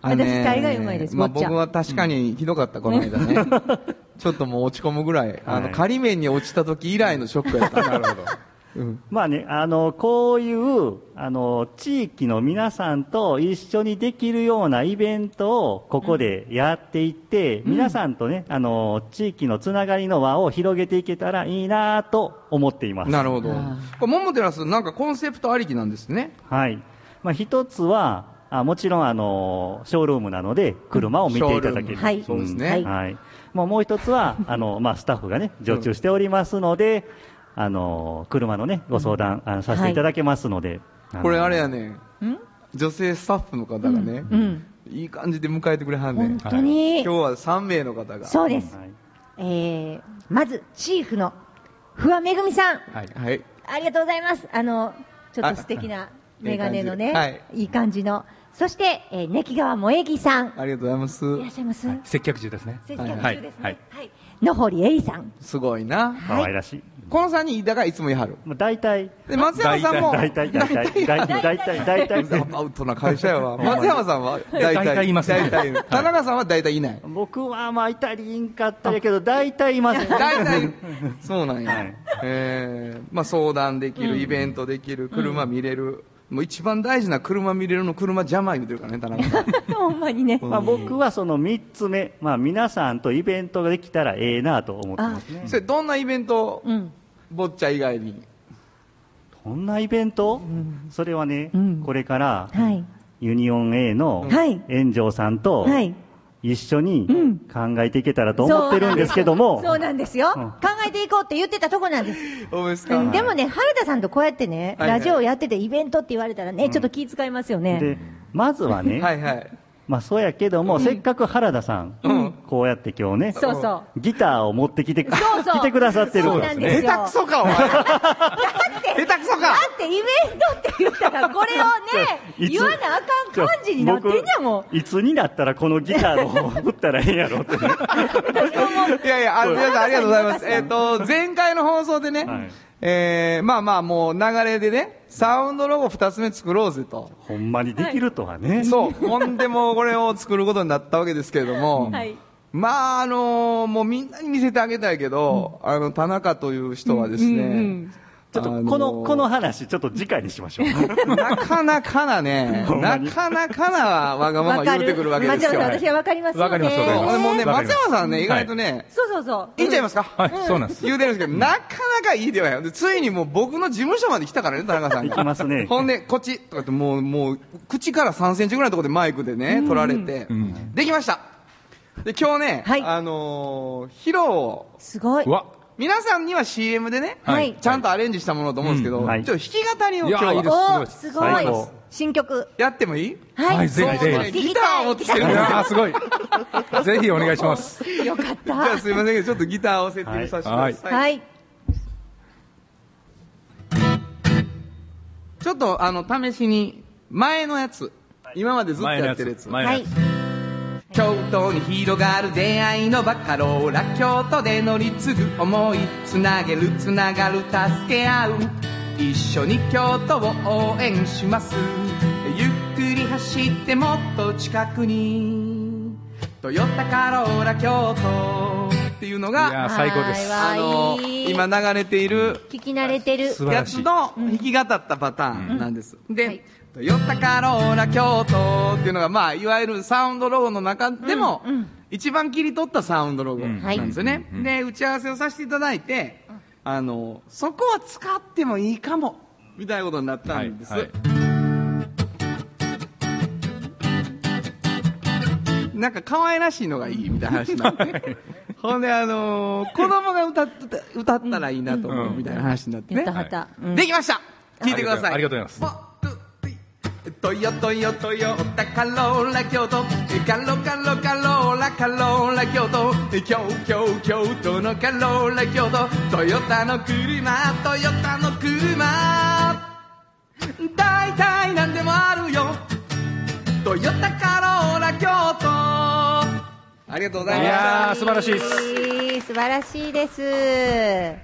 Speaker 2: あのね
Speaker 3: 私、大概うまいです、
Speaker 2: ま
Speaker 3: ボ
Speaker 2: あ、
Speaker 3: ッチ
Speaker 2: 僕
Speaker 3: ャ。
Speaker 2: は確かにひどかった、この間ね。 <laughs> ちょっともう落ち込むぐらい。あの、
Speaker 5: はい
Speaker 2: 仮面に落ちた時以来のショックやった。なるほど。
Speaker 5: まあね、あの、こういう、あの、地域の皆さんと一緒にできるようなイベントをここでやっていって、皆さんとね、あの、地域のつながりの輪を広げていけたらいいなと思っています。
Speaker 2: なるほど。これ、モモテラス、なんかコンセプトありきなんですね。
Speaker 5: はい。まあ、一つは、あもちろん、あの、ショールームなので、車を見ていただけ
Speaker 2: ショールー
Speaker 5: る。
Speaker 2: ム
Speaker 3: はい
Speaker 2: そうですね。
Speaker 3: はい
Speaker 5: はい。まあ、もう一
Speaker 2: <laughs>
Speaker 5: つは、あの、まあ、スタッフがね、常駐しておりますので、あの、車のね、ご相談、あのさせていただけますので。
Speaker 2: これあれ
Speaker 5: や
Speaker 2: やね、女性スタッフの方がね、
Speaker 3: うん。
Speaker 2: いい感じで迎えてくれはんね
Speaker 3: 本
Speaker 2: ん。
Speaker 3: 当に
Speaker 2: 今日。は3名の方が。
Speaker 3: そうです。えー、まず、チーフの、不破めぐみさん。
Speaker 2: はい。はい。
Speaker 3: ありがとうございます。あの、ちょっと素敵なメガネのね、
Speaker 2: はいい、
Speaker 3: い感じの。そして、えー、根木川萌木さん。
Speaker 2: ありがとうございます。
Speaker 3: いらっしゃいます、
Speaker 6: 接客中ですね
Speaker 3: 接客中ですね。
Speaker 6: は
Speaker 3: はいい。野堀恵里さん。
Speaker 2: すごいな。
Speaker 5: 可愛らしい。
Speaker 2: この3人、飯田がいつも言いはる。
Speaker 5: まあ、大体、
Speaker 2: で、松山さんも、
Speaker 5: 大体、大体、大体、大体、大体、
Speaker 2: アウトな会社やわ。松山さんは大体。
Speaker 6: 大体いますね
Speaker 2: 大体田中さんは大体いない。
Speaker 5: 僕はまあ、いたりいんかったりやけど、大体います。
Speaker 2: 大体、そうなんや。
Speaker 5: はい
Speaker 2: えーまあ相談できる、イベントできる、車見れる。もう一番大事な車見れるの車邪魔言うてるからね、田中さん。
Speaker 3: ほんまにね。
Speaker 5: まあ、僕はその三つ目、まあ、皆さんとイベントができたらええなと思ってますね。
Speaker 2: <laughs> それどんなイベント、
Speaker 3: うん。
Speaker 2: ボッチャ以外に。
Speaker 5: こんなイベント、それはね、
Speaker 3: うん
Speaker 5: これから、
Speaker 3: はい。
Speaker 5: ユニオン A の
Speaker 3: はい
Speaker 5: 炎上さんと、
Speaker 3: はい。
Speaker 5: 一緒に考えていけたらと思ってるんですけども、
Speaker 7: そうなんですよ、
Speaker 5: うん
Speaker 7: 考えていこうって言ってたとこなんです。
Speaker 2: そうですか
Speaker 7: うんでもね、原田さんとこうやってね、
Speaker 2: はいはい
Speaker 7: ラジオやっててイベントって言われたらね、ちょっと気遣いますよね。
Speaker 5: でまずはね、
Speaker 2: はいはい
Speaker 5: まあそうやけども、せっかく原田さん、こうやって今日ね、
Speaker 7: そうそう。
Speaker 5: ギターを持ってきて、
Speaker 7: そうそう
Speaker 5: 来てくださってる
Speaker 7: そ
Speaker 5: か
Speaker 7: う
Speaker 5: ら
Speaker 7: なん
Speaker 5: ね。
Speaker 7: ですよ。
Speaker 2: 下手くそかお前下手く
Speaker 3: <laughs>
Speaker 2: そか
Speaker 7: だってイベントって言ったらこれをね
Speaker 5: いつ
Speaker 7: 言わなあかん感じになってんやもん
Speaker 5: 僕いつになったらこのギターの方を振ったらええんやろってね。
Speaker 2: いやいや、あ皆さんありがとうございます。えっ、と、前回の放送でね、
Speaker 5: はい
Speaker 2: えーまあまあもう流れでね、サウンドロゴ2つ目作ろうぜと。
Speaker 5: ほんまにできるとは <laughs> ね。
Speaker 2: そう。ほんでもうこれを作ることになったわけですけれど
Speaker 3: <laughs>
Speaker 2: も、
Speaker 7: はい
Speaker 2: まああのーもうみんなに見せてあげたいけど、あの、田中という人はですね、
Speaker 5: ちょっと
Speaker 2: あ
Speaker 5: こ
Speaker 2: ー
Speaker 5: の、この話、ちょっと次回にしましょ
Speaker 2: <laughs>
Speaker 5: う。
Speaker 2: なかなかなね、
Speaker 5: ほんま
Speaker 2: な
Speaker 5: に
Speaker 2: かなかなわがまま言うてくるわけですよ。
Speaker 7: 松山さん私はわかりますよね。
Speaker 6: わかりますわかり
Speaker 2: そう
Speaker 6: ま
Speaker 2: ほ
Speaker 6: す
Speaker 2: んでもうね、
Speaker 6: わか
Speaker 2: 松
Speaker 6: ります
Speaker 2: 山さんね、意外とね、
Speaker 7: そうそうそう。
Speaker 2: いいんちゃいますか、
Speaker 6: はい、そうなんです。。
Speaker 2: 言うてるんですけど、なかなかいいではやん。で、ついにもう僕の事務所まで来たからね、田中さんが。
Speaker 5: 行きますね
Speaker 2: ほんで、こっちとかって、もう、もう、口から3センチぐらいのところでマイクでね、取られて、できました。で、今日ね、
Speaker 7: はい
Speaker 2: あのー、披露を、
Speaker 7: すごいう
Speaker 6: わ、
Speaker 2: 皆さんには CM でね、
Speaker 7: はい
Speaker 2: ちゃんとアレンジしたものと思うんですけど、
Speaker 5: うんはい
Speaker 2: ちょっと弾き語りを
Speaker 6: いや
Speaker 2: 今日
Speaker 6: いいです
Speaker 2: は
Speaker 7: おーす
Speaker 6: す
Speaker 7: ごい
Speaker 5: 最高。
Speaker 7: 新曲。
Speaker 2: やってもいい
Speaker 7: は。
Speaker 6: はいいぜ
Speaker 2: そう
Speaker 6: ひぜ
Speaker 2: ね
Speaker 6: ひ。
Speaker 2: ギターを持ってきてるんですよ
Speaker 6: ああ、すごい。ぜひお願いします。
Speaker 7: <laughs> よかっ
Speaker 2: じゃあ
Speaker 7: た。
Speaker 2: すいませんけど、ちょっとギターをセッティングさせてください。
Speaker 7: はい。
Speaker 2: ちょっと、あの、試しに、前のやつ、今までずっと
Speaker 6: 前の
Speaker 2: や
Speaker 6: や
Speaker 2: ってるやつ
Speaker 6: つ。。前の
Speaker 7: は
Speaker 6: や
Speaker 7: い
Speaker 6: つ。。
Speaker 2: 京都に広がる出会いのバカローラ京都で乗り継ぐ思いつなげるつながる助け合う一緒に京都を応援しますゆっくり走ってもっと近くにトヨタカローラ京都っていうの
Speaker 6: いや
Speaker 2: が
Speaker 6: ー最高です
Speaker 2: あの今流れている
Speaker 7: 聞き慣れてる。
Speaker 6: 素晴
Speaker 2: や
Speaker 6: ら
Speaker 2: つ
Speaker 6: しい。
Speaker 2: の弾き語ったパターンなんです。で、
Speaker 7: はい
Speaker 2: トヨタカローラ京都っていうのが、まあ、いわゆるサウンドロゴの中でも、一番切り取ったサウンドロゴなんですよね。で、打ち合わせをさせていただいて、あの、そこは使ってもいいかも、みたいなことになったんです。
Speaker 6: はいはい
Speaker 2: なんか可愛らしいのがいいみたいな話にな
Speaker 6: <laughs>
Speaker 2: って。ほんで、あのー子供が歌ってた歌ったらいいなと思うみたいな話になって
Speaker 7: や
Speaker 2: ね
Speaker 7: った。はった。うん
Speaker 2: できました聞いてください
Speaker 6: ありがとうござい
Speaker 2: ますトヨトヨトヨタカローラ京都カロカロカローラカローラ京都京京京都のカローラ京都トヨタの車トヨタの車大体何でもあるよトヨタカローラ京都ありがとうござい
Speaker 6: い
Speaker 2: ます
Speaker 6: やー、素晴らしいです。
Speaker 7: いい素晴らしいです。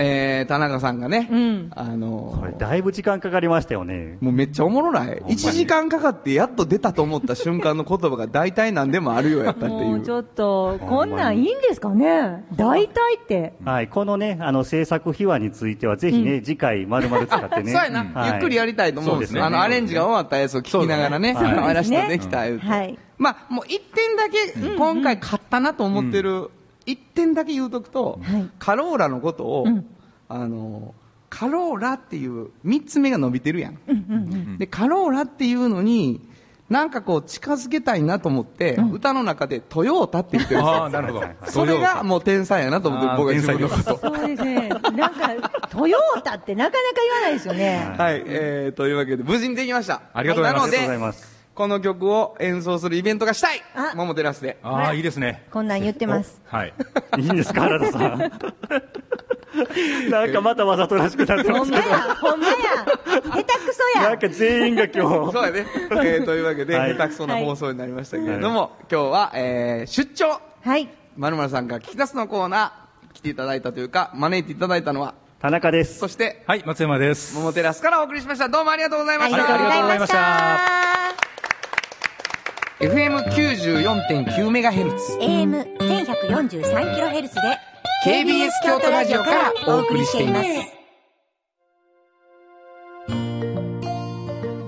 Speaker 2: えー、田中さんがね、
Speaker 7: うん
Speaker 2: あのー
Speaker 5: これだいぶ時間かかりましたよね。
Speaker 2: もうめっちゃおもろない
Speaker 5: ま
Speaker 2: ?1
Speaker 5: に
Speaker 2: 時間かかってやっと出たと思った瞬間の言葉が大体何でもあるよやったってい
Speaker 7: もうち
Speaker 2: う。
Speaker 7: ょっと、こんなんいいんですかね大体って。
Speaker 5: はい。このね、あの、制作秘話については、ぜひね、次回、まるまる使って
Speaker 2: <laughs>
Speaker 5: ね。
Speaker 2: そうやな、
Speaker 5: んはい
Speaker 2: ゆっくりやりたいと思うんです
Speaker 5: そう
Speaker 2: よ。
Speaker 5: ね
Speaker 2: あの、アレンジが終わったやつを聞きながらね、
Speaker 5: そうですね
Speaker 2: 可愛らしく
Speaker 7: はい
Speaker 2: できた言うて
Speaker 7: はい
Speaker 2: まあ、もう1点だけ、今回買ったなと思ってる、1点だけ言うとくと
Speaker 7: はい、
Speaker 2: カローラのことを、あの、カローラっていう3つ目が伸びてるやん。で、カローラっていうのに、なんかこう近づけたいなと思って、歌の中でトヨータって言ってるんですよ
Speaker 6: ああ、なるほど。
Speaker 2: それがもう天才やなと思ってる
Speaker 6: あー
Speaker 2: 僕は自分のこと。
Speaker 7: そうですね。なんか、トヨタってなかなか言わないですよね。
Speaker 2: はい、えー、というわけで無事にできました。
Speaker 6: ありがとうございます
Speaker 5: ありがとうご
Speaker 2: な
Speaker 5: ざい
Speaker 2: ので、
Speaker 5: ます。
Speaker 2: この曲を演奏するイベントがしたい
Speaker 7: あ
Speaker 2: モモテラスで。
Speaker 6: ああ、いいですね。
Speaker 7: こんなん言って
Speaker 6: <laughs>
Speaker 7: ます。
Speaker 6: はい。
Speaker 5: いいんですか、原田さん。なんかまたわざとらしくなって
Speaker 7: ほ
Speaker 5: ま
Speaker 7: ん
Speaker 5: す
Speaker 7: ま
Speaker 5: け
Speaker 7: や
Speaker 5: ど。、
Speaker 7: ほんまや。下手くそ
Speaker 5: な
Speaker 7: や
Speaker 5: ん。か全員が今
Speaker 2: そう
Speaker 5: 日。
Speaker 2: やね。 <laughs> えー、というわけで、
Speaker 5: はい
Speaker 2: 下手くそな放送になりましたけれども、今日は、えー、出張、
Speaker 7: はい。
Speaker 2: まるまるさんが聞き出すのコーナー、来ていただいたというか、招いていただいたのは、
Speaker 5: 田中です
Speaker 2: そ。して、
Speaker 6: はい、松山です。
Speaker 2: モモテラスからお送りしました。どうもありがとうございま
Speaker 7: あ
Speaker 2: し
Speaker 7: り
Speaker 2: た。
Speaker 7: がとうございまし
Speaker 6: あ
Speaker 7: た。
Speaker 2: FM94.9 メガヘルツ。
Speaker 1: AM1143kHz で
Speaker 2: KBS 京都ラジオからお送りしています。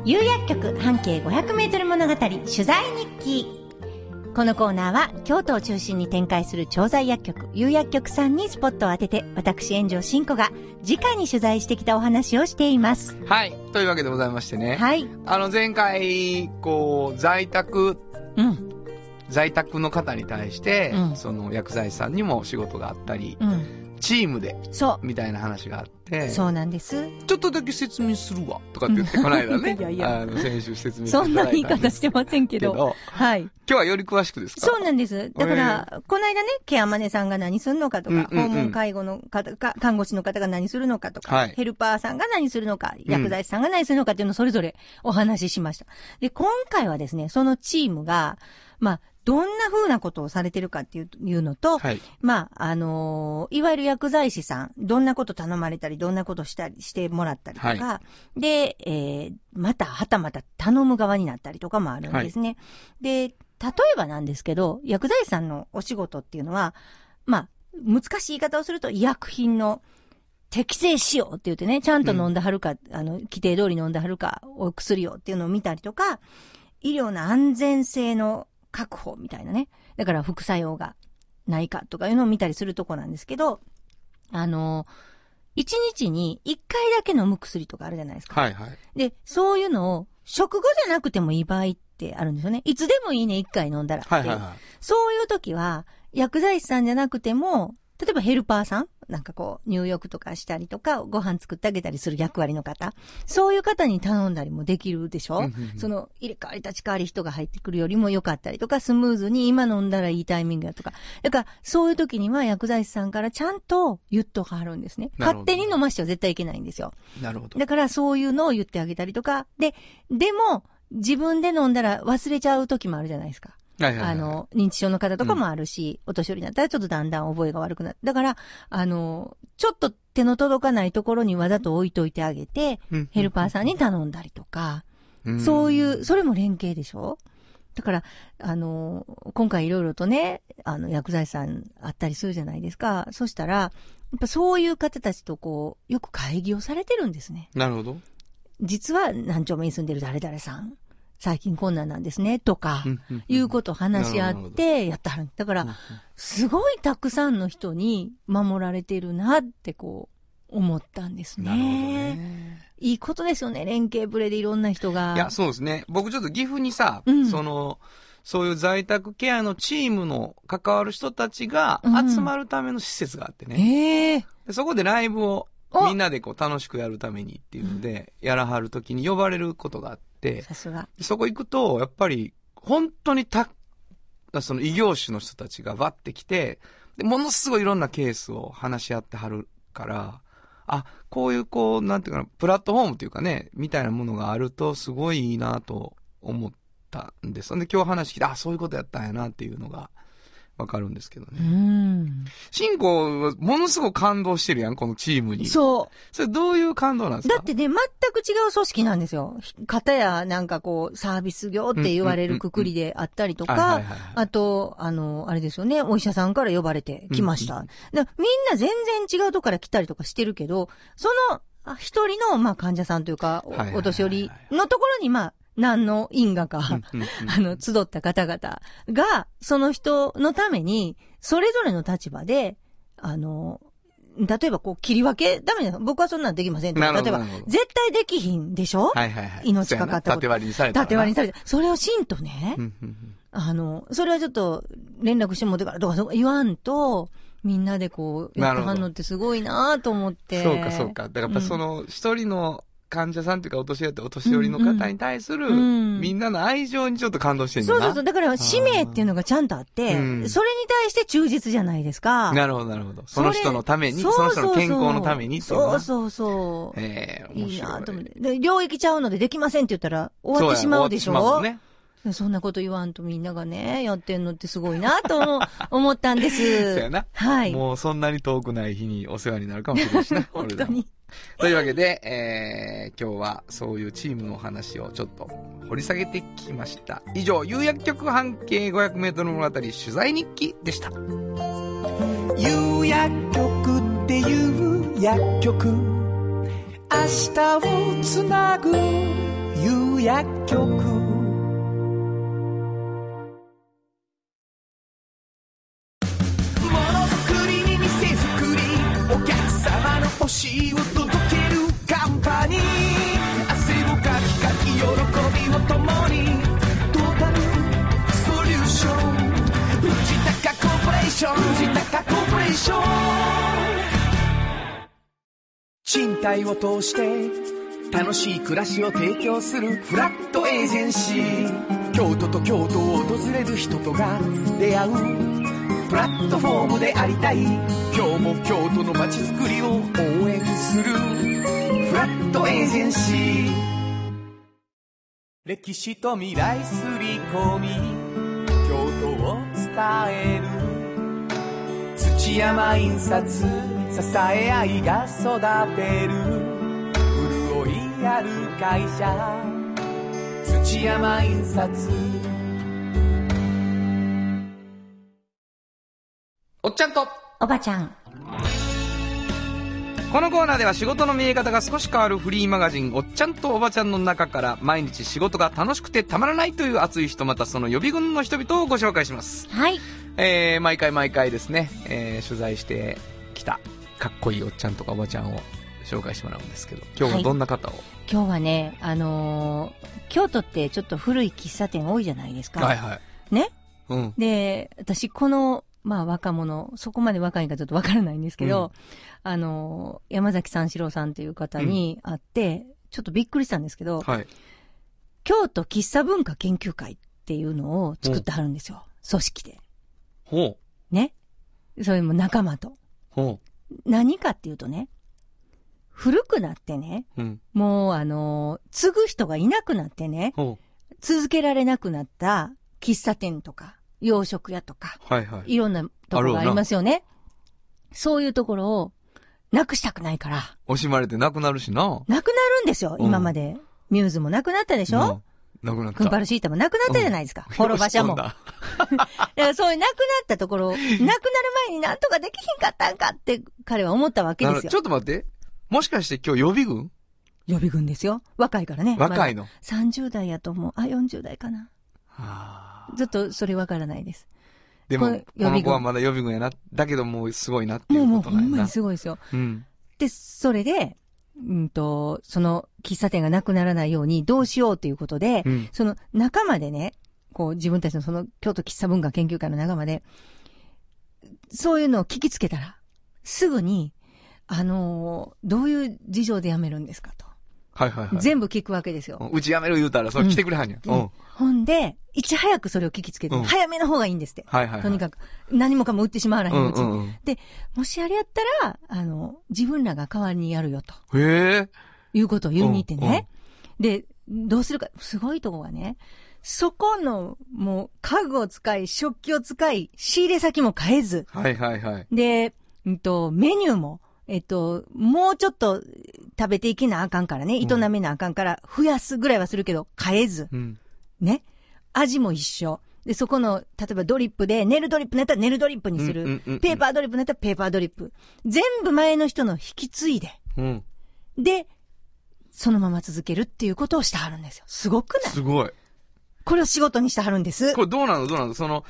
Speaker 3: 有薬局半径500メートル物語取材日記。このコーナーは京都を中心に展開する調剤薬局、有薬局さんにスポットを当てて、私炎上真子が直に取材してきたお話をしています。
Speaker 2: はい。というわけでございましてね。
Speaker 3: はい。
Speaker 2: あの前回、こう、在宅
Speaker 3: うん。
Speaker 2: 在宅の方に対して、
Speaker 3: うん
Speaker 2: その薬剤師さんにも仕事があったり、
Speaker 3: うん。
Speaker 2: チームで、
Speaker 3: そ
Speaker 2: みたいな話があって、
Speaker 3: う。そうなんです。
Speaker 2: ちょっとだけ説明するわ、とかって言って、この間
Speaker 3: <laughs>
Speaker 2: ね、
Speaker 3: いやいや
Speaker 2: あの、先週説明して
Speaker 3: そ
Speaker 2: いた
Speaker 3: んな
Speaker 2: だ
Speaker 3: 言
Speaker 2: い
Speaker 3: い
Speaker 2: たん
Speaker 3: 方
Speaker 2: で
Speaker 3: し
Speaker 2: す
Speaker 3: てませんけ
Speaker 2: けど、
Speaker 3: ど。
Speaker 2: 今
Speaker 3: はい。
Speaker 2: 日はより詳しくですか
Speaker 3: そうなんです。だから、この間ね、ケアマネさんが何するのかとか、
Speaker 2: うんうんうん
Speaker 3: 訪問介護の方か、看護師の方が何するのかとか、
Speaker 2: はい
Speaker 3: ヘルパーさんが何するのか、薬剤師さんが何するのかっていうのをそれぞれお話ししました。で、今回はですね、そのチームが、まあ、どんな風なことをされてるかっていういうのと、
Speaker 2: はい。
Speaker 3: まあ、あのーいわゆる薬剤師さん、どんなこと頼まれたり、どんなことしたりしてもらったりとか、
Speaker 2: は
Speaker 3: で、えーまた、はたまた頼む側になったりとかもあるんですね。で、例えばなんですけど、薬剤師さんのお仕事っていうのは、まあ、難しい言い方をすると、医薬品の適正使用って言ってね、ちゃんと飲んではるか、あの、規定通り飲んではるか、お薬をっていうのを見たりとか、医療の安全性の確保みたいなね。だから副作用がないかとかいうのを見たりするとこなんですけど、あの、一日に一回だけ飲む薬とかあるじゃないですか。
Speaker 2: はいはい。
Speaker 3: で、そういうのを食後じゃなくてもいい場合ってあるんですよね。いつでもいいね、一回飲んだらってい
Speaker 2: は
Speaker 3: う。
Speaker 2: いはいは
Speaker 3: そういう時は、薬剤師さんじゃなくても、例えばヘルパーさんなんかこう、入浴とかしたりとか、ご飯作ってあげたりする役割の方。そういう方に頼んだりもできるでしょ
Speaker 2: うんうんうん
Speaker 3: その、入れ替わり立ち替わり人が入ってくるよりも良かったりとか、スムーズに今飲んだらいいタイミングやとか。だから、そういう時には薬剤師さんからちゃんと言っとかはるんですね。
Speaker 2: なるほ
Speaker 3: 勝
Speaker 2: ど
Speaker 3: 手に飲ましては絶対いけないんですよ。
Speaker 2: い。なるほど。
Speaker 3: だからそういうのを言ってあげたりとか。で、でも、自分で飲んだら忘れちゃう時もあるじゃないですか。
Speaker 2: はいはいはい
Speaker 3: あの、認知症の方とかもあるし、お年寄りになったらちょっとだんだん覚えが悪くなる。だから、あの、ちょっと手の届かないところにわざと置いといてあげて、
Speaker 2: うん
Speaker 3: ヘルパーさんに頼んだりとか、
Speaker 2: うん
Speaker 3: そういう、それも連携でしょだから、あの、今回いろいろとね、あの、薬剤師さんあったりするじゃないですか。そしたら、やっぱそういう方たちとこう、よく会議をされてるんですね。
Speaker 2: なるほど。
Speaker 3: 実は何丁目に住んでる誰々さん、最近こんなんなんですね、とか
Speaker 2: うんうんうん、
Speaker 3: いうことを話し合
Speaker 2: なる
Speaker 3: っ
Speaker 2: ほ
Speaker 3: てやってはる。だから、すごいたくさんの人に守られてるなってこう、思ったんです
Speaker 2: なるほど
Speaker 3: ね。
Speaker 2: ね。
Speaker 3: いいことですよね、連携ブレでいろんな人が。
Speaker 2: いや、そうですね。僕ちょっと岐阜にさ、
Speaker 3: うん
Speaker 2: その、そういう在宅ケアのチームの関わる人たちが
Speaker 3: うん
Speaker 2: 集まるための施設があってね。
Speaker 3: ええ
Speaker 2: でそこでライブを
Speaker 3: お
Speaker 2: みんなでこう楽しくやるためにっていうので、やらはるときに呼ばれることがあって、
Speaker 3: さすが。
Speaker 2: そこ行くと、やっぱり本当にた、その異業種の人たちがバッて来て、でものすごいいろんなケースを話し合ってはるから、あ、こういうこう、なんていうかな、プラットフォームというかね、みたいなものがあるとすごいいいなと思ったんです。んで今日話聞いて、あ、そういうことやったんやなっていうのがわかるんですけどね
Speaker 3: う。ん。
Speaker 2: シンコはものすごく感動してるやん、このチームに。
Speaker 3: そう。
Speaker 2: それどういう感動なんですか
Speaker 3: だってね、全く違う組織なんですよ。方やなんかこう、サービス業って言われるくくりであったりと
Speaker 2: うんうんうん
Speaker 3: か
Speaker 2: はいはいはいはい、
Speaker 3: あと、あの、あれですよね、お医者さんから呼ばれてきました。
Speaker 2: うん
Speaker 3: だからみんな全然違うとこから来たりとかしてるけど、その、あ一人の、まあ、患者さんというか、
Speaker 2: はいはいはいは
Speaker 3: お
Speaker 2: い
Speaker 3: お年寄りのところに、まあ、何の因果か、
Speaker 2: うんうんうん
Speaker 3: あの、集った方々が、その人のために、それぞれの立場で、あの、例えばこう、切り分け、ダメです。僕はそんなんできませんとか。
Speaker 2: なる
Speaker 3: 例
Speaker 2: ほ
Speaker 3: えば
Speaker 2: どなるほ、ど
Speaker 3: 絶対できひんでしょ、
Speaker 2: はいはいはい。
Speaker 3: 命かかったこと
Speaker 2: そうやな縦割りにされたらな。
Speaker 3: 縦割りにされて。それをしんとね、
Speaker 2: うんうんうん
Speaker 3: あの、それはちょっと、連絡してもってからとか、そう言わんと、みんなでこう、やっ
Speaker 2: なる
Speaker 3: て
Speaker 2: ほど
Speaker 3: はんのってすごいなと思って。
Speaker 2: そうかそう。か。だからやっぱその、一人の患者さんというか、お年寄りってお年寄りの方に対する、
Speaker 3: うんうん
Speaker 2: みんなの愛情にちょっと感動してるんだ
Speaker 3: そう
Speaker 2: な。
Speaker 3: そうそう。だから、使命っていうのがちゃんとあって、
Speaker 2: うん
Speaker 3: それに対して忠実じゃないですか。
Speaker 2: なるほどなるほど。その人のため
Speaker 3: れ
Speaker 2: に、その人の健康のためにっていうの
Speaker 3: そ
Speaker 2: は
Speaker 3: うそうそう。
Speaker 2: ええ面白い。
Speaker 3: いいなと思って。で、領域ちゃうのでできませんって言ったら終わってしまうでしょ
Speaker 2: そうや終わってしまうもんね。
Speaker 3: そんなこと言わんとみんながね、やってんのってすごいなと思思ったんで
Speaker 2: <laughs> そう
Speaker 3: す。
Speaker 2: やな。
Speaker 3: はい。
Speaker 2: もうそんなに遠くない日にお世話になるかもしれないしな。
Speaker 3: <laughs> 本
Speaker 2: 俺
Speaker 3: 当
Speaker 2: らも
Speaker 3: に。
Speaker 2: というわけで、えー今日はそういうチームのお話をちょっと掘り下げてきました。以上、有薬局半径500メートル物語取材日記でした。
Speaker 4: 有薬局っていう薬局明日をつなぐ有薬局ものづくりに店づくりお客様の欲しいを届けるカンパニー汗をかきかき喜びを共にトータルソリューション体を通して楽しい暮らしを提供するフラットエージェンシー京都と京都を訪れる人とが出会うプラットフォームでありたい今日も京都の街づくりを応援するフラットエージェンシー歴史と未来すり込み京都を伝える土山印刷支え合いが育てる潤いある会社土山印刷
Speaker 2: おっちゃんと
Speaker 8: おばちゃん。
Speaker 2: このコーナーでは仕事の見え方が少し変わるフリーマガジン「おっちゃんとおばちゃん」の中から毎日仕事が楽しくてたまらないという熱い人またその予備軍の人々をご紹介します、
Speaker 8: はい。
Speaker 2: えー毎回毎回ですね、えー取材してきたかっこいいおっちゃんとかおばちゃんを紹介してもらうんですけど今日はどんな方を、
Speaker 3: 今日はね、あのー京都ってちょっと古い喫茶店多いじゃないですか。
Speaker 2: はい、はい
Speaker 3: ね
Speaker 2: うん
Speaker 3: で、私、この、まあ、若者、そこまで若いかちょっとわからないんですけど、あのー山崎三四郎さんという方に会って、ちょっとびっくりしたんですけど、
Speaker 2: はい
Speaker 3: 京都喫茶文化研究会っていうのを作ってはるんですよ。組織で。
Speaker 2: ほう
Speaker 3: ね。それも仲間と。
Speaker 2: ほ
Speaker 3: 何かっていうとね、古くなってね、
Speaker 2: ううん
Speaker 3: もうあのー継ぐ人がいなくなってね、
Speaker 2: ほ
Speaker 3: 続けられなくなった喫茶店とか、洋食屋とか、
Speaker 2: うはいはい
Speaker 3: いろんなところがありますよね。そういうところを、なくしたくないから、
Speaker 2: 惜しまれてなくなるしな
Speaker 3: なくなるんですよ、
Speaker 2: うん
Speaker 3: 今まで。ミューズもなくなったでしょ、
Speaker 2: うんなくなっ
Speaker 3: クンパ
Speaker 2: た
Speaker 3: ルシータもなくなったじゃないですか。滅ばし
Speaker 2: <laughs>
Speaker 3: ゃも。
Speaker 2: よ
Speaker 3: だ
Speaker 2: し
Speaker 3: からそういうなくなったところ、なくなる前になんとかできひんかったんかって彼は思ったわけ
Speaker 2: 飛んだ
Speaker 3: ですよ
Speaker 2: ちょ。っと待ってもしかして今日予備軍
Speaker 3: 予備軍ですよ。若いからね。
Speaker 2: 若い
Speaker 3: の。
Speaker 2: の、
Speaker 3: 30代やと思う。あ、40代かな。
Speaker 2: はあ
Speaker 3: ずっとそれわからないです。
Speaker 2: で
Speaker 3: こ
Speaker 2: も、
Speaker 3: れ
Speaker 2: こ
Speaker 3: 予備軍
Speaker 2: の子はまだ予備軍やな。だけどもうすごいなってい
Speaker 3: もうも
Speaker 2: う
Speaker 3: う
Speaker 2: こと
Speaker 3: ほ
Speaker 2: なんんや
Speaker 3: ま
Speaker 2: な
Speaker 3: に。すごいですよ。
Speaker 2: うん。
Speaker 3: で、それで、うんと、その喫茶店がなくならないようにどうしようということで、
Speaker 2: うん
Speaker 3: その仲間でね、こう自分たちのその京都喫茶文化研究会の仲間で、そういうのを聞きつけたら、すぐに、あのーどういう事情で辞めるんですかと。
Speaker 2: はいはいはい。
Speaker 3: 全部聞くわけですよ。
Speaker 2: うんうちやめろ言うたら、それ来てくれはんや。うん。はい
Speaker 3: ほんで、いち早くそれを聞きつけて、
Speaker 2: うん
Speaker 3: 早めの方がいいんですって。
Speaker 2: はいはい。
Speaker 3: とに
Speaker 2: か
Speaker 3: かく、何もかも売ってしまわないうの
Speaker 2: ん
Speaker 3: うちに
Speaker 2: うんうん。へ
Speaker 3: で、もしあれやったら、あの、自分らが代わりにやるよと。
Speaker 2: え。
Speaker 3: いうことを言いに行ってね。で、どうするか、すごいとこがね、そこの、もう、家具を使い、食器を使い、仕入れ先も変えず。
Speaker 2: はいはいはい。
Speaker 3: で、うんと、メニューも、えっと、もうちょっと食べていけなあかんからね、営
Speaker 2: ん
Speaker 3: めなあかんから、増やすぐらいはするけど、変えず。
Speaker 2: うん。
Speaker 3: ね。味も一緒。で、そこの、例えばドリップで、ネルドリップになったらネルドリップにす
Speaker 2: うんうん
Speaker 3: る
Speaker 2: うんうん。
Speaker 3: ペーパードリップになったらペーパードリップ。全部前の人の引き継いで。
Speaker 2: うん。
Speaker 3: で、そのまま続けるっていうことをしてはるんですよ。すごくない
Speaker 2: すごい。
Speaker 3: これを仕事にしてはるんです
Speaker 2: こ。れどうなのどうなのその、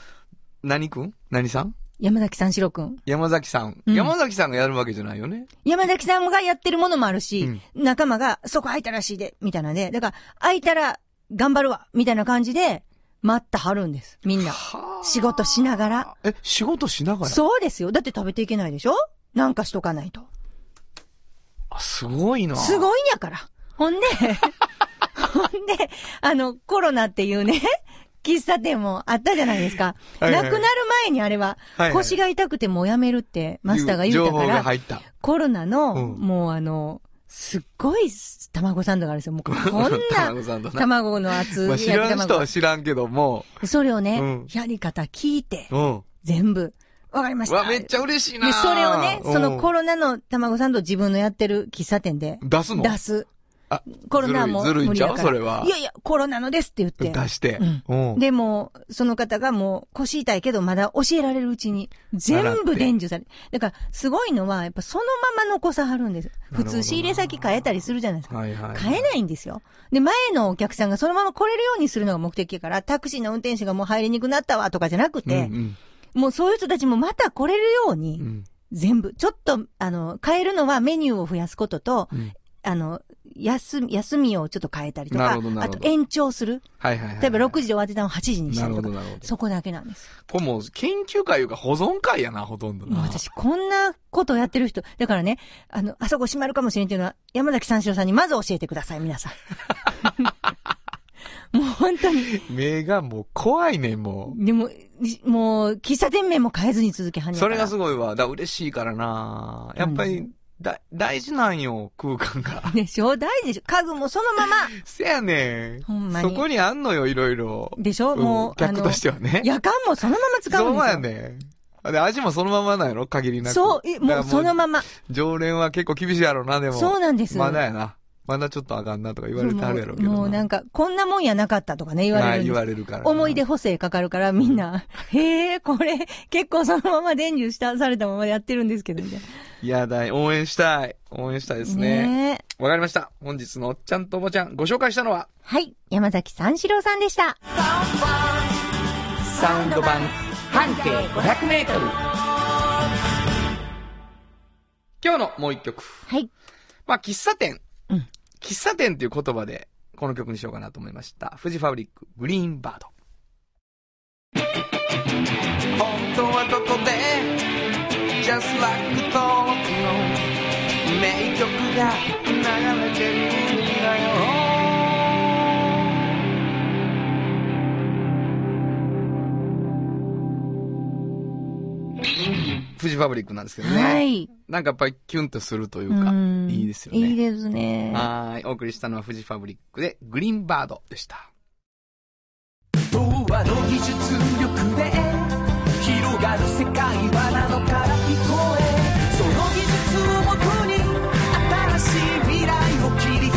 Speaker 2: 何くん何さん
Speaker 3: 山崎三四郎くん。
Speaker 2: 山崎さん。
Speaker 3: うん
Speaker 2: 山崎さんがやるわけじゃないよね。
Speaker 3: 山崎さんがやってるものもあるし、仲間がそこ空いたらしいで、みたいなね。だから、空いたら頑張るわ、みたいな感じで、待ってはるんです。みんな。仕事しながら。
Speaker 2: え、仕事しながら
Speaker 3: そうですよ。だって食べていけないでしょなんかしとかないと。
Speaker 2: あすごいな。
Speaker 3: す
Speaker 2: い。
Speaker 3: ごいんやから。ほんで、 <laughs> ほんで、あの、コロナっていうね、 <laughs> 喫茶店もあったじゃないですか。
Speaker 2: はいはい
Speaker 3: なくなる前にあれは、
Speaker 2: はいはい
Speaker 3: 腰が痛くてもうやめるってマスターが言っ
Speaker 2: 情
Speaker 3: たか
Speaker 2: 報が
Speaker 3: ら、
Speaker 2: 入った。
Speaker 3: コロナの、
Speaker 2: うん
Speaker 3: もうあの、すっごい卵サンドがあるんですよ。もうこん
Speaker 2: <laughs> 卵サンド
Speaker 3: な
Speaker 2: な
Speaker 3: 卵の厚
Speaker 2: まあ、
Speaker 3: い
Speaker 2: 知
Speaker 3: 焼
Speaker 2: ら
Speaker 3: き
Speaker 2: ん人
Speaker 3: 卵
Speaker 2: は。知らんけども。
Speaker 3: それをね、
Speaker 2: うん
Speaker 3: やり方聞いて
Speaker 2: う、ん。う
Speaker 3: 全部、わかりました。
Speaker 2: わ、めっちゃ嬉しいな。
Speaker 3: で、それをね、そのコ
Speaker 2: ロ
Speaker 3: ロナの卵サンドを自分のやってる喫茶店で、
Speaker 2: 出すの
Speaker 3: 出す。
Speaker 2: あ
Speaker 3: コロナも
Speaker 2: ずるい
Speaker 3: 無理だから。
Speaker 2: ずるいんちゃうそれはい
Speaker 3: やいや、コロナのですって言って。
Speaker 2: 出して。
Speaker 3: うん
Speaker 2: うん。
Speaker 3: でも、その方がもう腰痛いけどまだ教えられるうちに全部伝授されだから、すごいのは、やっぱそのまま残さはるんです。
Speaker 2: ほ
Speaker 3: 普
Speaker 2: ど
Speaker 3: 通仕入れ先変えたりするじゃないですか。
Speaker 2: はいはい。
Speaker 3: 変えないんですよ。で、前のお客さんがそのまま来れるようにするのが目的やから、タクシーの運転手がもう入りにくくなったわとかじゃなくて、
Speaker 2: うん
Speaker 3: もうそういう人たちもまた来れるように、
Speaker 2: うんうん
Speaker 3: 全部。ちょっと、あの、変えるのはメニューを増やすことと、
Speaker 2: うん
Speaker 3: あの、休み、休みをちょっと変えたりと
Speaker 2: な
Speaker 3: か
Speaker 2: るほど、な
Speaker 3: あ
Speaker 2: るほど
Speaker 3: と延長する。
Speaker 2: はいはいはいはい。
Speaker 3: 例えば6時で終わってたのを8時にしたりとか
Speaker 2: なるほどなるほ、ど
Speaker 3: そこだけなんです。
Speaker 2: これもう研究会いうか保存会やな、ほとんど
Speaker 3: もう
Speaker 2: な。
Speaker 3: 私、こんなことやってる人、だからね、あの、あそこ閉まるかもしれんっていうのは、山崎三四郎さんにまず教えてください、皆さん。もう本当に。
Speaker 2: 目がもう怖いねん、も
Speaker 3: でも、じもう、喫茶店名も変えずに続けはん
Speaker 2: う。
Speaker 3: ねん
Speaker 2: そ
Speaker 3: から
Speaker 2: れがすごいわ。だ嬉しいからな。やっぱり、だ、大事なんよ、空間が。 <laughs>
Speaker 3: でしょ大事でしょ家具もそのまま
Speaker 2: せやねん。
Speaker 3: ほんまに
Speaker 2: そこにあんのよ、いろいろ。
Speaker 3: でしょ
Speaker 2: うん
Speaker 3: もう、あ
Speaker 2: 客
Speaker 3: の
Speaker 2: としてはね。
Speaker 3: 夜間もそのまま使うんですよ。
Speaker 2: そうやねん。で、味もそのままなんやろ限りなく。
Speaker 3: そう、えもうそのま
Speaker 2: ま。
Speaker 3: ま。
Speaker 2: 常連は結構厳しいやろな、でも。
Speaker 3: そうなんです。
Speaker 2: まだやな。まだちょっとあかんなとか言われてあるやろうけど
Speaker 3: もうもうなん
Speaker 2: か
Speaker 3: か、こんなもんやなかったとかね、言われるん
Speaker 2: 言
Speaker 3: です
Speaker 2: われるからな。
Speaker 3: 思い出補正かかるから、みんな、へえ、これ、結構そのまま伝授した、されたままやってるんですけど、みたい
Speaker 2: いやだい、応援したい。応援したいです
Speaker 3: な。
Speaker 2: ね。
Speaker 3: ねえ。
Speaker 2: わかりました。本日のおっちゃんとおばちゃん、ご紹介したのは、
Speaker 3: はい。山崎三四郎さんでした。
Speaker 4: サウンド版半径500メートル
Speaker 2: 今日のもう一曲。
Speaker 3: はい。
Speaker 2: まあ、喫茶店。
Speaker 3: うん
Speaker 2: 喫茶店っていう言葉で、この曲にしようかなと思いました。フジファブリック、グリーンバード。本当はここで、Just Like Talk の名曲が流れてるんだよ。フジファブリックなんですけどね。
Speaker 3: はい。
Speaker 2: なんかやっぱりキュンとするという
Speaker 3: う
Speaker 2: か、
Speaker 3: ん
Speaker 2: いいですよね。
Speaker 3: いいですね。
Speaker 2: はーい。お送りしたのはフジファブリックで、グリーンバードでした。
Speaker 4: 童話の技術力で広がる世界はなのから聞こえその技術をもとに新しい未来を切り開く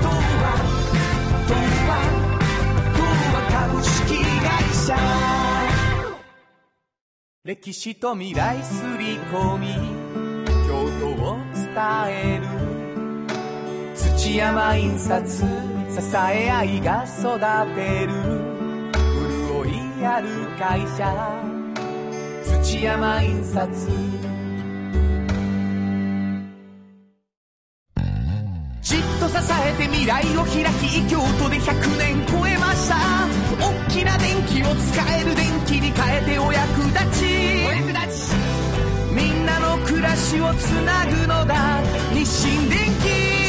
Speaker 4: 童話童話童話株式会社歴史と未来すり込み京都を伝える土山印刷支え合いが育てる潤いある会社土山印刷じっと支えて未来を開き京都で100年超えました大きな電気を使える電気に変えてお役立ちお役立ちみんなの暮らしをつなぐのだ日清電機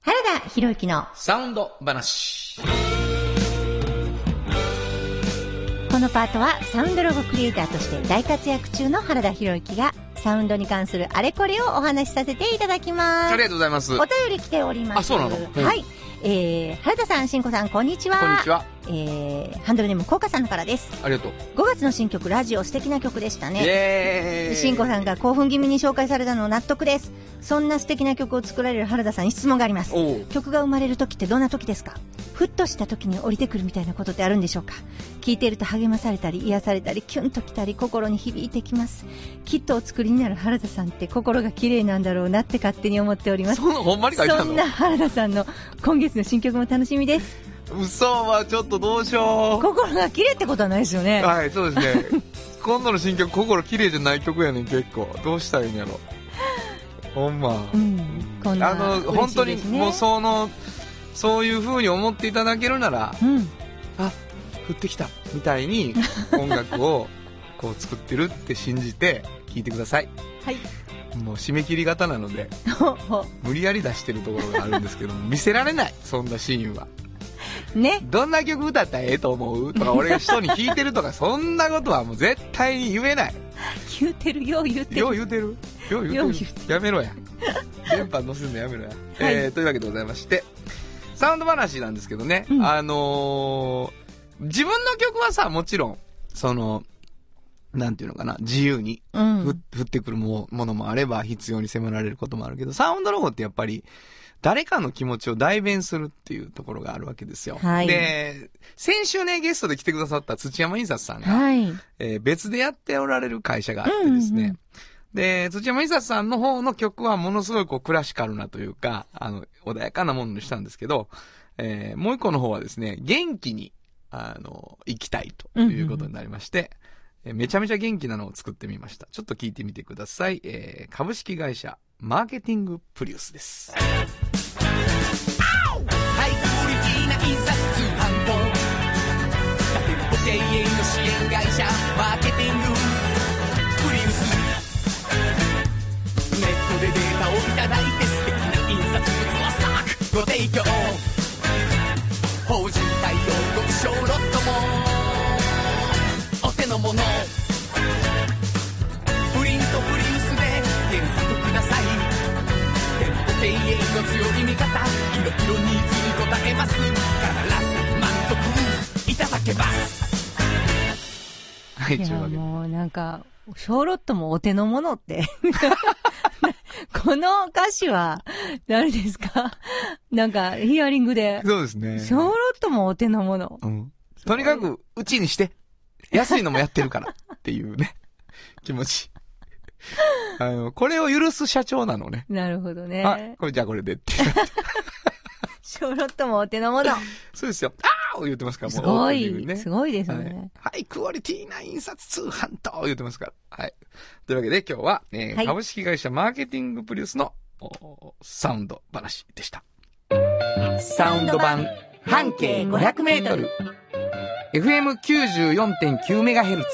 Speaker 3: 原田博之の、
Speaker 2: サウンド話。
Speaker 3: このパートはサウンドロゴクリエイターとして大活躍中の原田博之が、サウンドに関するあれこれをお話しさせていただきます。
Speaker 2: ありがとうございます。
Speaker 3: お
Speaker 2: こん
Speaker 3: 便り来ております。
Speaker 2: あそうなのうん
Speaker 3: はい。えー、原田さん、しんこさん、こんにちは。
Speaker 2: にちは。
Speaker 3: えー、ハンドルネーム、こうかさんからです。
Speaker 2: ありがとう。
Speaker 3: 5月の新曲、ラジオ、素敵な曲でした
Speaker 2: イ
Speaker 3: ね。
Speaker 2: ェーイ。
Speaker 3: しんこさんが興奮気味に紹介されたの納得です。そんな素敵な曲を作られる原田さんに質問があります。
Speaker 2: おう。
Speaker 3: 曲が生まれる時ってどんな時ですかふっとした時に降りてくるみたいなことってあるんでしょうか聞いていると励まされたり癒されたりキュンときたり心に響いてきますきっとお作りになる原田さんって心が綺麗なんだろうなって勝手に思っております
Speaker 2: そんなほんまに書いてあ
Speaker 3: そ
Speaker 2: る
Speaker 3: ん
Speaker 2: の
Speaker 3: な原田さんの今月の新曲も楽しみです
Speaker 2: 嘘はちょっとどうしよ
Speaker 3: 心が綺麗ってことはないですよ
Speaker 2: う。
Speaker 3: ね
Speaker 2: はい、そうですね。 <laughs> 今度の新曲、心綺麗じゃない曲やねん、結構。どうしたらいいんやろ。ほんま
Speaker 3: う。んこんな
Speaker 2: あの、
Speaker 3: 嬉
Speaker 2: 本
Speaker 3: しい
Speaker 2: 当
Speaker 3: で
Speaker 2: に
Speaker 3: す、ね
Speaker 2: もうその、そういう風に思っていただけるなら、
Speaker 3: うん
Speaker 2: あ降ってきたみたいに音楽をこう作ってるって信じて聞いてください
Speaker 3: はい
Speaker 2: もう締め切り型なので
Speaker 3: ほほ
Speaker 2: 無理やり出してるところがあるんですけど <laughs> 見せられないそんなシーンは
Speaker 7: <laughs>
Speaker 3: ね
Speaker 2: どんな曲歌ったらええと思うとか俺が人に聞いてるとかそんなことはもう絶対に言えない
Speaker 3: 言うてるよう言うて
Speaker 2: よう
Speaker 3: る
Speaker 2: 言うてるよう言うてる
Speaker 3: よう言うて
Speaker 2: やめろや電波乗せるの
Speaker 3: <laughs>
Speaker 2: やめろや、えーというわけでございましてサウンド話なんですけどね、
Speaker 3: うん
Speaker 2: あのー自分の曲はさもちろんそのなんていうのかな自由に
Speaker 3: う
Speaker 2: ふ
Speaker 3: ん
Speaker 2: 降ってくるもものもあれば必要に迫られることもあるけどサウンドロゴってやっぱり誰かの気持ちを代弁するっていうところがあるわけですよ、
Speaker 3: はい
Speaker 2: で先週ねゲストで来てくださった土山印刷さんが、
Speaker 3: はい
Speaker 2: えー別でやっておられる会社があってですね。
Speaker 3: うんうん
Speaker 2: で、土山印刷さんの方の曲はものすごいこうクラシカルなというか、あの、穏やかなものにしたんですけど、えーもう一個の方はですね、元気に、あの、生きたいということになりまして、えーめちゃめちゃ元気なのを作ってみました。ちょっと聞いてみてください。えー株式会社、マーケティングプリウスです。
Speaker 4: ハイクオリティな印刷通販と誰も保険営の支援会社マーケティングプリウスネットでデータをいただいて素敵な印刷物をサークご提供法人対応極小ロットもお手の物プリントプリウスで検索ください店舗経営の強い味方いろいろニーズに応えます必ず満足いただけます
Speaker 2: はい、
Speaker 7: い
Speaker 2: という
Speaker 7: や、
Speaker 2: わけで。
Speaker 7: もうなんか、小ロットもお手の物って。 <laughs> この歌詞は、誰ですかなんか、ヒアリングで。
Speaker 2: そうですね。
Speaker 7: 小ロットもお手の物。
Speaker 2: うん。とにかく、うちにして。安いのもやってるから。っていうね。気持ち。あの、これを許す社長なのね。
Speaker 7: なるほど
Speaker 2: あ
Speaker 7: ね、。
Speaker 2: これじゃあこれでって。
Speaker 7: 小ロットもお手の
Speaker 2: <laughs>
Speaker 7: 物。
Speaker 2: そうですよ。あー言ってますから、
Speaker 7: す
Speaker 2: もうオ
Speaker 7: ご
Speaker 2: ープニング
Speaker 7: い、
Speaker 2: にね
Speaker 7: すごいです
Speaker 2: はい
Speaker 7: ね。
Speaker 2: はい、クオリティな印刷通販と言ってますから。はい。というわけで今日は、えー
Speaker 7: はい
Speaker 2: 株式会社マーケティングプリウスのおサウンド話でした。
Speaker 4: サウンド版半径 500m
Speaker 2: FM94.9MHz。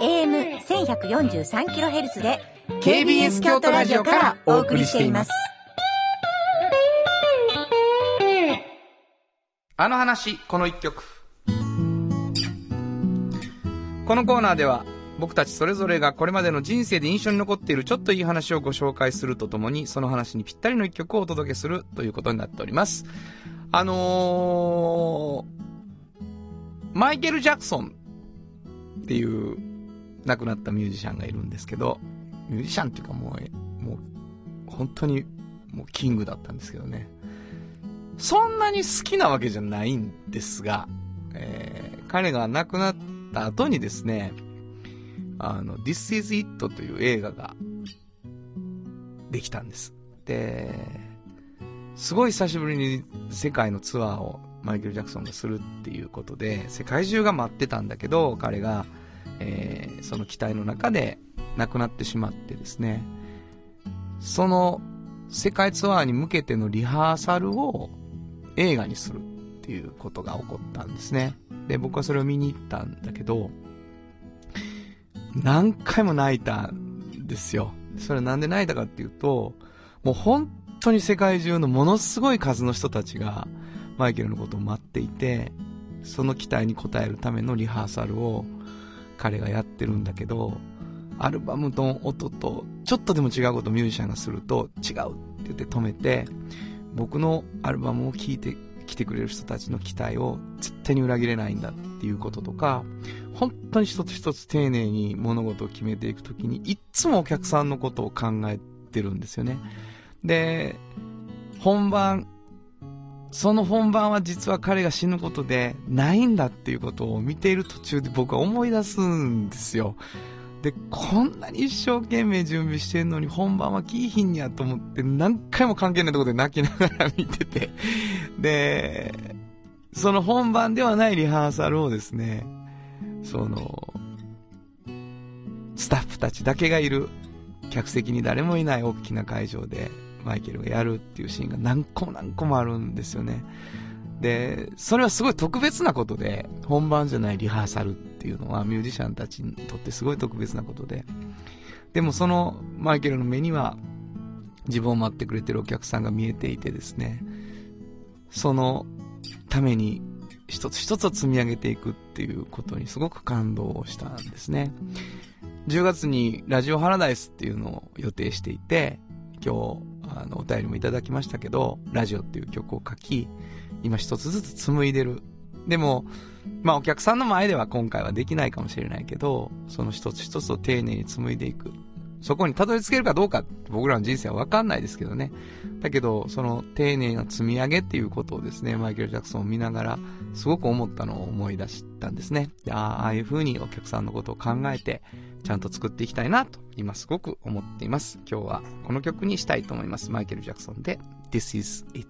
Speaker 3: AM1143kHz で
Speaker 4: KBS 京都ラジオからお送りしています
Speaker 2: あの話、この一曲。このコーナーでは、僕たちそれぞれがこれまでの人生で印象に残っているちょっといい話をご紹介するとともに、その話にぴったりの一曲をお届けするということになっております。あのー、マイケル・ジャクソンっていう亡くなったミュージシャンがいるんですけど、ミュージシャンっていうかもうえ、もう、本当にもうキングだったんですけどね。そんなに好きなわけじゃないんですが、えー彼が亡くなった後にですね、あの、This is It という映画ができたんです。で、すごい久しぶりに世界のツアーをマイケル・ジャクソンがするっていうことで、世界中が待ってたんだけど、彼が、えーその期待の中で亡くなってしまってですね、その世界ツアーに向けてのリハーサルを映画にするっていうことが起こったんですね。で、僕はそれを見に行ったんだけど、何回も泣いたんですよ。それなんで泣いたかっていうと、もう本当に世界中のものすごい数の人たちがマイケルのことを待っていて、その期待に応えるためのリハーサルを彼がやってるんだけど、アルバムの音とちょっとでも違うことをミュージシャンがすると違うって言って止めて僕のアルバムを聴いて来てくれる人たちの期待を絶対に裏切れないんだっていうこととか本当に一つ一つ丁寧に物事を決めていくときにいっつもお客さんのことを考えてるんですよねで本番その本番は実は彼が死ぬことでないんだっていうことを見ている途中で僕は思い出すんですよで、こんなに一生懸命準備してんのに本番は来いひんやと思って何回も関係ないところで泣きながら見てて。で、その本番ではないリハーサルをですね、その、スタッフたちだけがいる、客席に誰もいない大きな会場でマイケルがやるっていうシーンが何個も何個もあるんですよね。で、それはすごい特別なことで、本番じゃないリハーサルっていうのはミュージシャンたちにとってすごい特別なことで、でもそのマイケルの目には自分を待ってくれてるお客さんが見えていてですね、そのために一つ一つを積み上げていくっていうことにすごく感動をしたんですね。10月にラジオハラダイスっていうのを予定していて、今日あのお便りもいただきましたけど、ラジオっていう曲を書き、今一つずつ紡いでる。でも、まあお客さんの前では今回はできないかもしれないけど、その一つ一つを丁寧に紡いでいく。そこにたどり着けるかどうか、僕らの人生はわかんないですけどね。だけど、その丁寧な積み上げっていうことをですね、マイケル・ジャクソンを見ながら、すごく思ったのを思い出したんですね。でああ、ああいう風にお客さんのことを考えて、ちゃんと作っていきたいなと、今すごく思っています。今日はこの曲にしたいと思います。マイケル・ジャクソンで、This is It。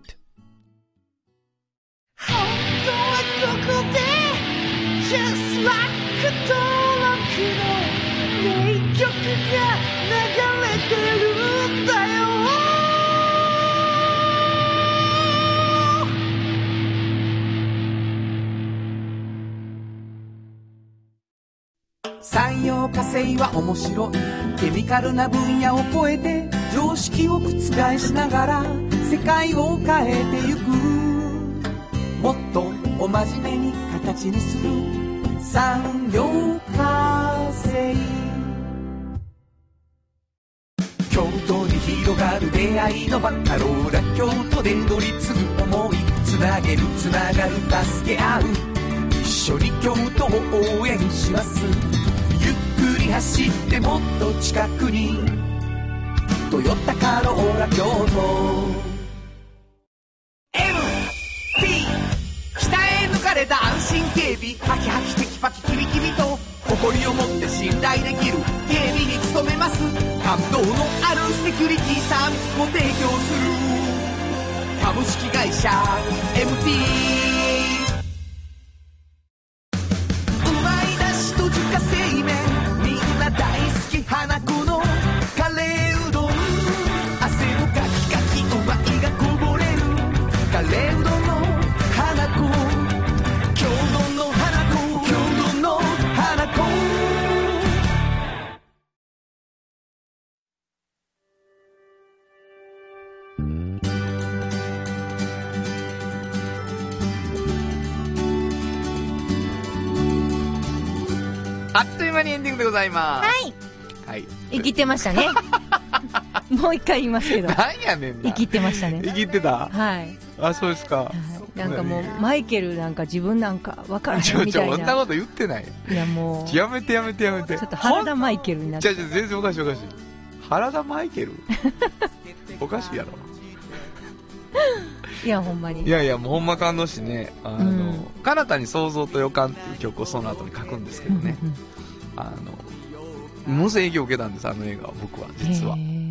Speaker 9: 本当はここで Just like a d o l l 名曲が流れてるんだよ
Speaker 4: 産業化成は面白いケミカルな分野を超えて常識を覆しながら世界を変えてゆくもっとお真面目に形にする産業化成京都に広がる出会いのバカローラ京都で乗り継ぐ思いつなげるつながる助け合う一緒に京都を応援しますゆっくり走ってもっと近くに「トヨタカローラ京都」MT 鍛え抜かれた安心警備ハキハキテキパキキビキビと誇りを持って信頼できる警備に努めます感動のあるセキュリティサービスも提供する株式会社 MT うまいだしと自家製麺みんな大好き花子のカレーうどん汗をかきかきうまいがこぼれるカレーうどんの花子郷土の花子郷土の花子
Speaker 2: あっという間にエンディングでございます。
Speaker 7: はい。
Speaker 2: はい。
Speaker 7: 生きてま
Speaker 2: <laughs>
Speaker 7: したね。もう一回言いますけど。
Speaker 2: なんやねんな。
Speaker 7: 生きてましたね。
Speaker 2: 生きてた
Speaker 7: はい。
Speaker 2: あ、そうですか
Speaker 7: は。いなんかもう、マイケルなんか自分なんかわから
Speaker 2: ち
Speaker 7: へん
Speaker 2: ょ、
Speaker 7: み
Speaker 2: ち
Speaker 7: た
Speaker 2: ょ、
Speaker 7: い
Speaker 2: そんな
Speaker 7: な。
Speaker 2: こと言ってない。
Speaker 7: いやもう、ちょ
Speaker 2: やめてやめてやめて。
Speaker 7: っと原田マイケルになっ
Speaker 2: じ
Speaker 7: て。
Speaker 2: ゃじゃ全然おかしいおかしい。原田マ
Speaker 7: <laughs>
Speaker 2: イケルおかしいやろ。
Speaker 7: いやほんま
Speaker 2: い
Speaker 7: に。
Speaker 2: やいや、もうほんま感動しね、あの、かなたに想像と予感っていう曲をその後に書くんですけどね、あの、ものすごい影響を受けたんです、あの映画は、僕は、実は
Speaker 7: へ。ー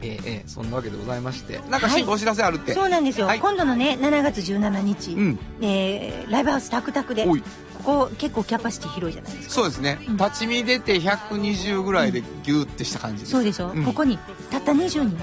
Speaker 2: ええええそんなわけでございまして、なんか、しんお知らせあるって。
Speaker 3: そうなんですよ、
Speaker 2: はい
Speaker 3: 今度のね7月17日、
Speaker 2: うん、
Speaker 3: えーライブハウスタクタクで
Speaker 2: お
Speaker 3: こ
Speaker 2: い、
Speaker 3: こ結構キャパシティ広いじゃないですか
Speaker 2: そうですね、立ち見出て120ぐらいでギューってした感じです。
Speaker 3: そうでしょ、
Speaker 2: うん
Speaker 3: ここにたった20人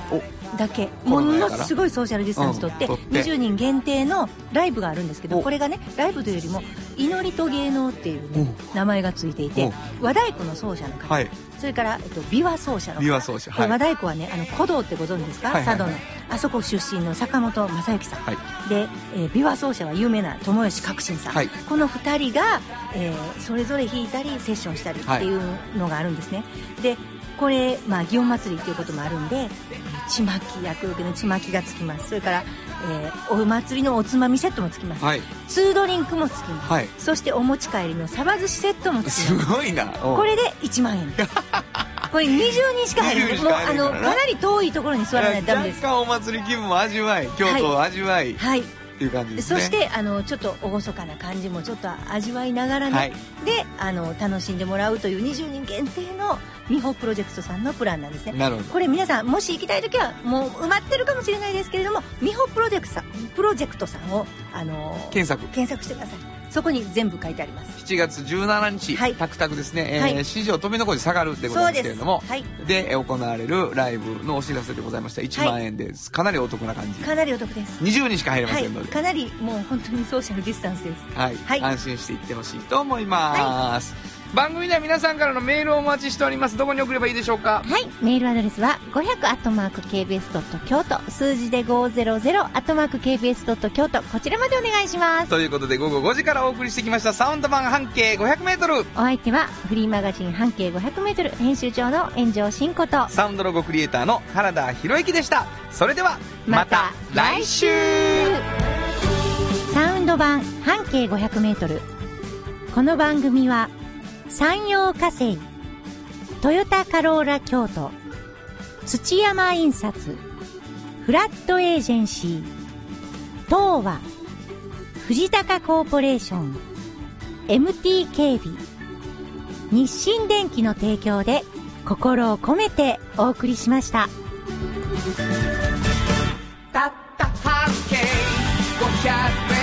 Speaker 3: だけ
Speaker 2: コ
Speaker 3: も
Speaker 2: ロナや
Speaker 3: の
Speaker 2: から
Speaker 3: すごいソーシャルディスタンスとって,、
Speaker 2: うん取って
Speaker 3: 20人限定のライブがあるんですけどこれがねライブというよりも「祈りと芸能」っていうね、名前がついていて和太鼓の奏者の方、
Speaker 2: はい、
Speaker 3: それから、えっと、琵琶奏者の
Speaker 2: 琵琶
Speaker 3: 方
Speaker 2: 奏者。
Speaker 3: こ
Speaker 2: は
Speaker 3: れ和
Speaker 2: い。
Speaker 3: 太鼓はねあの古道ってご存知ですか、
Speaker 2: はいはいはい
Speaker 3: 佐渡のあそこ出身の坂本正幸さん、
Speaker 2: はい
Speaker 3: で、えー琵琶奏者は有名な友吉革新さん、
Speaker 2: はい
Speaker 3: この2人が、えーそれぞれ弾いたりセッションしたりっていうのがあるんですね、でこれ、まあ、祇園祭りっていうこともあるんでえーちまき厄除けのちまきがつきますそれから、えーお祭りのおつまみセットもつきます、
Speaker 2: はい。
Speaker 3: ツードリンクもつきます、
Speaker 2: はい。
Speaker 3: そしてお持ち帰りのサバ寿司セットもつきます
Speaker 2: すごいな。
Speaker 3: <laughs>
Speaker 5: お
Speaker 3: これで1万
Speaker 2: <laughs>
Speaker 3: 円これ20人しか入る
Speaker 2: 20人し
Speaker 3: もう
Speaker 2: か入
Speaker 3: あ
Speaker 2: れへん
Speaker 3: の
Speaker 2: からな
Speaker 3: かなり遠いところに座らないとダメ
Speaker 2: 若
Speaker 3: です
Speaker 2: 干お祭り気分も味わい、京都を味わいっ
Speaker 3: はい
Speaker 2: ていう感じです
Speaker 3: そ
Speaker 2: ね。
Speaker 3: してあのちょっと厳かな感じもちょっと味わいながらね、
Speaker 2: はい
Speaker 3: であの楽しんでもらうという20人限定の美穂プロジェクトさんのプランなんですね
Speaker 2: なるほど。
Speaker 3: これ皆さんもし行きたい時はもう埋まってるかもしれないですけれども美穂プロジェクトさんプロジェクトさんをあの
Speaker 2: 検索。
Speaker 3: 検索してくださいそこに全部書いてあります
Speaker 2: 7月17日、
Speaker 3: はい
Speaker 2: タクタクですね、えー
Speaker 3: はい
Speaker 2: 市場富の子で下がるでござ
Speaker 3: そう
Speaker 2: います
Speaker 3: で
Speaker 2: けれ
Speaker 3: す
Speaker 2: ども
Speaker 3: はい
Speaker 2: で,、行われるライブのお知らせでございました1万円です、かなりお得な感じ
Speaker 3: かなりお得です
Speaker 2: 20人しか入れま
Speaker 3: は
Speaker 2: せ
Speaker 3: い
Speaker 2: んので、
Speaker 3: かなりもう本当にソーシャルディスタンスです
Speaker 2: はい
Speaker 3: はい
Speaker 2: 安心していってほしいと思います、番組では皆さんからのメールをお待ちしておりますどこに送ればいいでしょうか
Speaker 10: はい、メールアドレスは500アットマーク KBS ドット京都、数字で500アットマーク KBS ドット京都、こちらまでお願いします。
Speaker 2: ということで午後5時からお送りしてきましたサウンド版半径 500m
Speaker 10: お相手はフリーマガジン半径500メートル編集長の炎上真子と。
Speaker 2: サウンドロゴクリエイターの原田博之でしたそれではま
Speaker 10: ま
Speaker 2: た
Speaker 10: た
Speaker 2: 来週
Speaker 3: サウンド版半径500メートル。この番組は、山陽火星、トヨタカローラ京都、土山印刷、フラットエージェンシー、東和、藤高コーポレーション、MT 警備、日清電機の提供で心を込めてお送りしました。
Speaker 4: たった半径5 0 0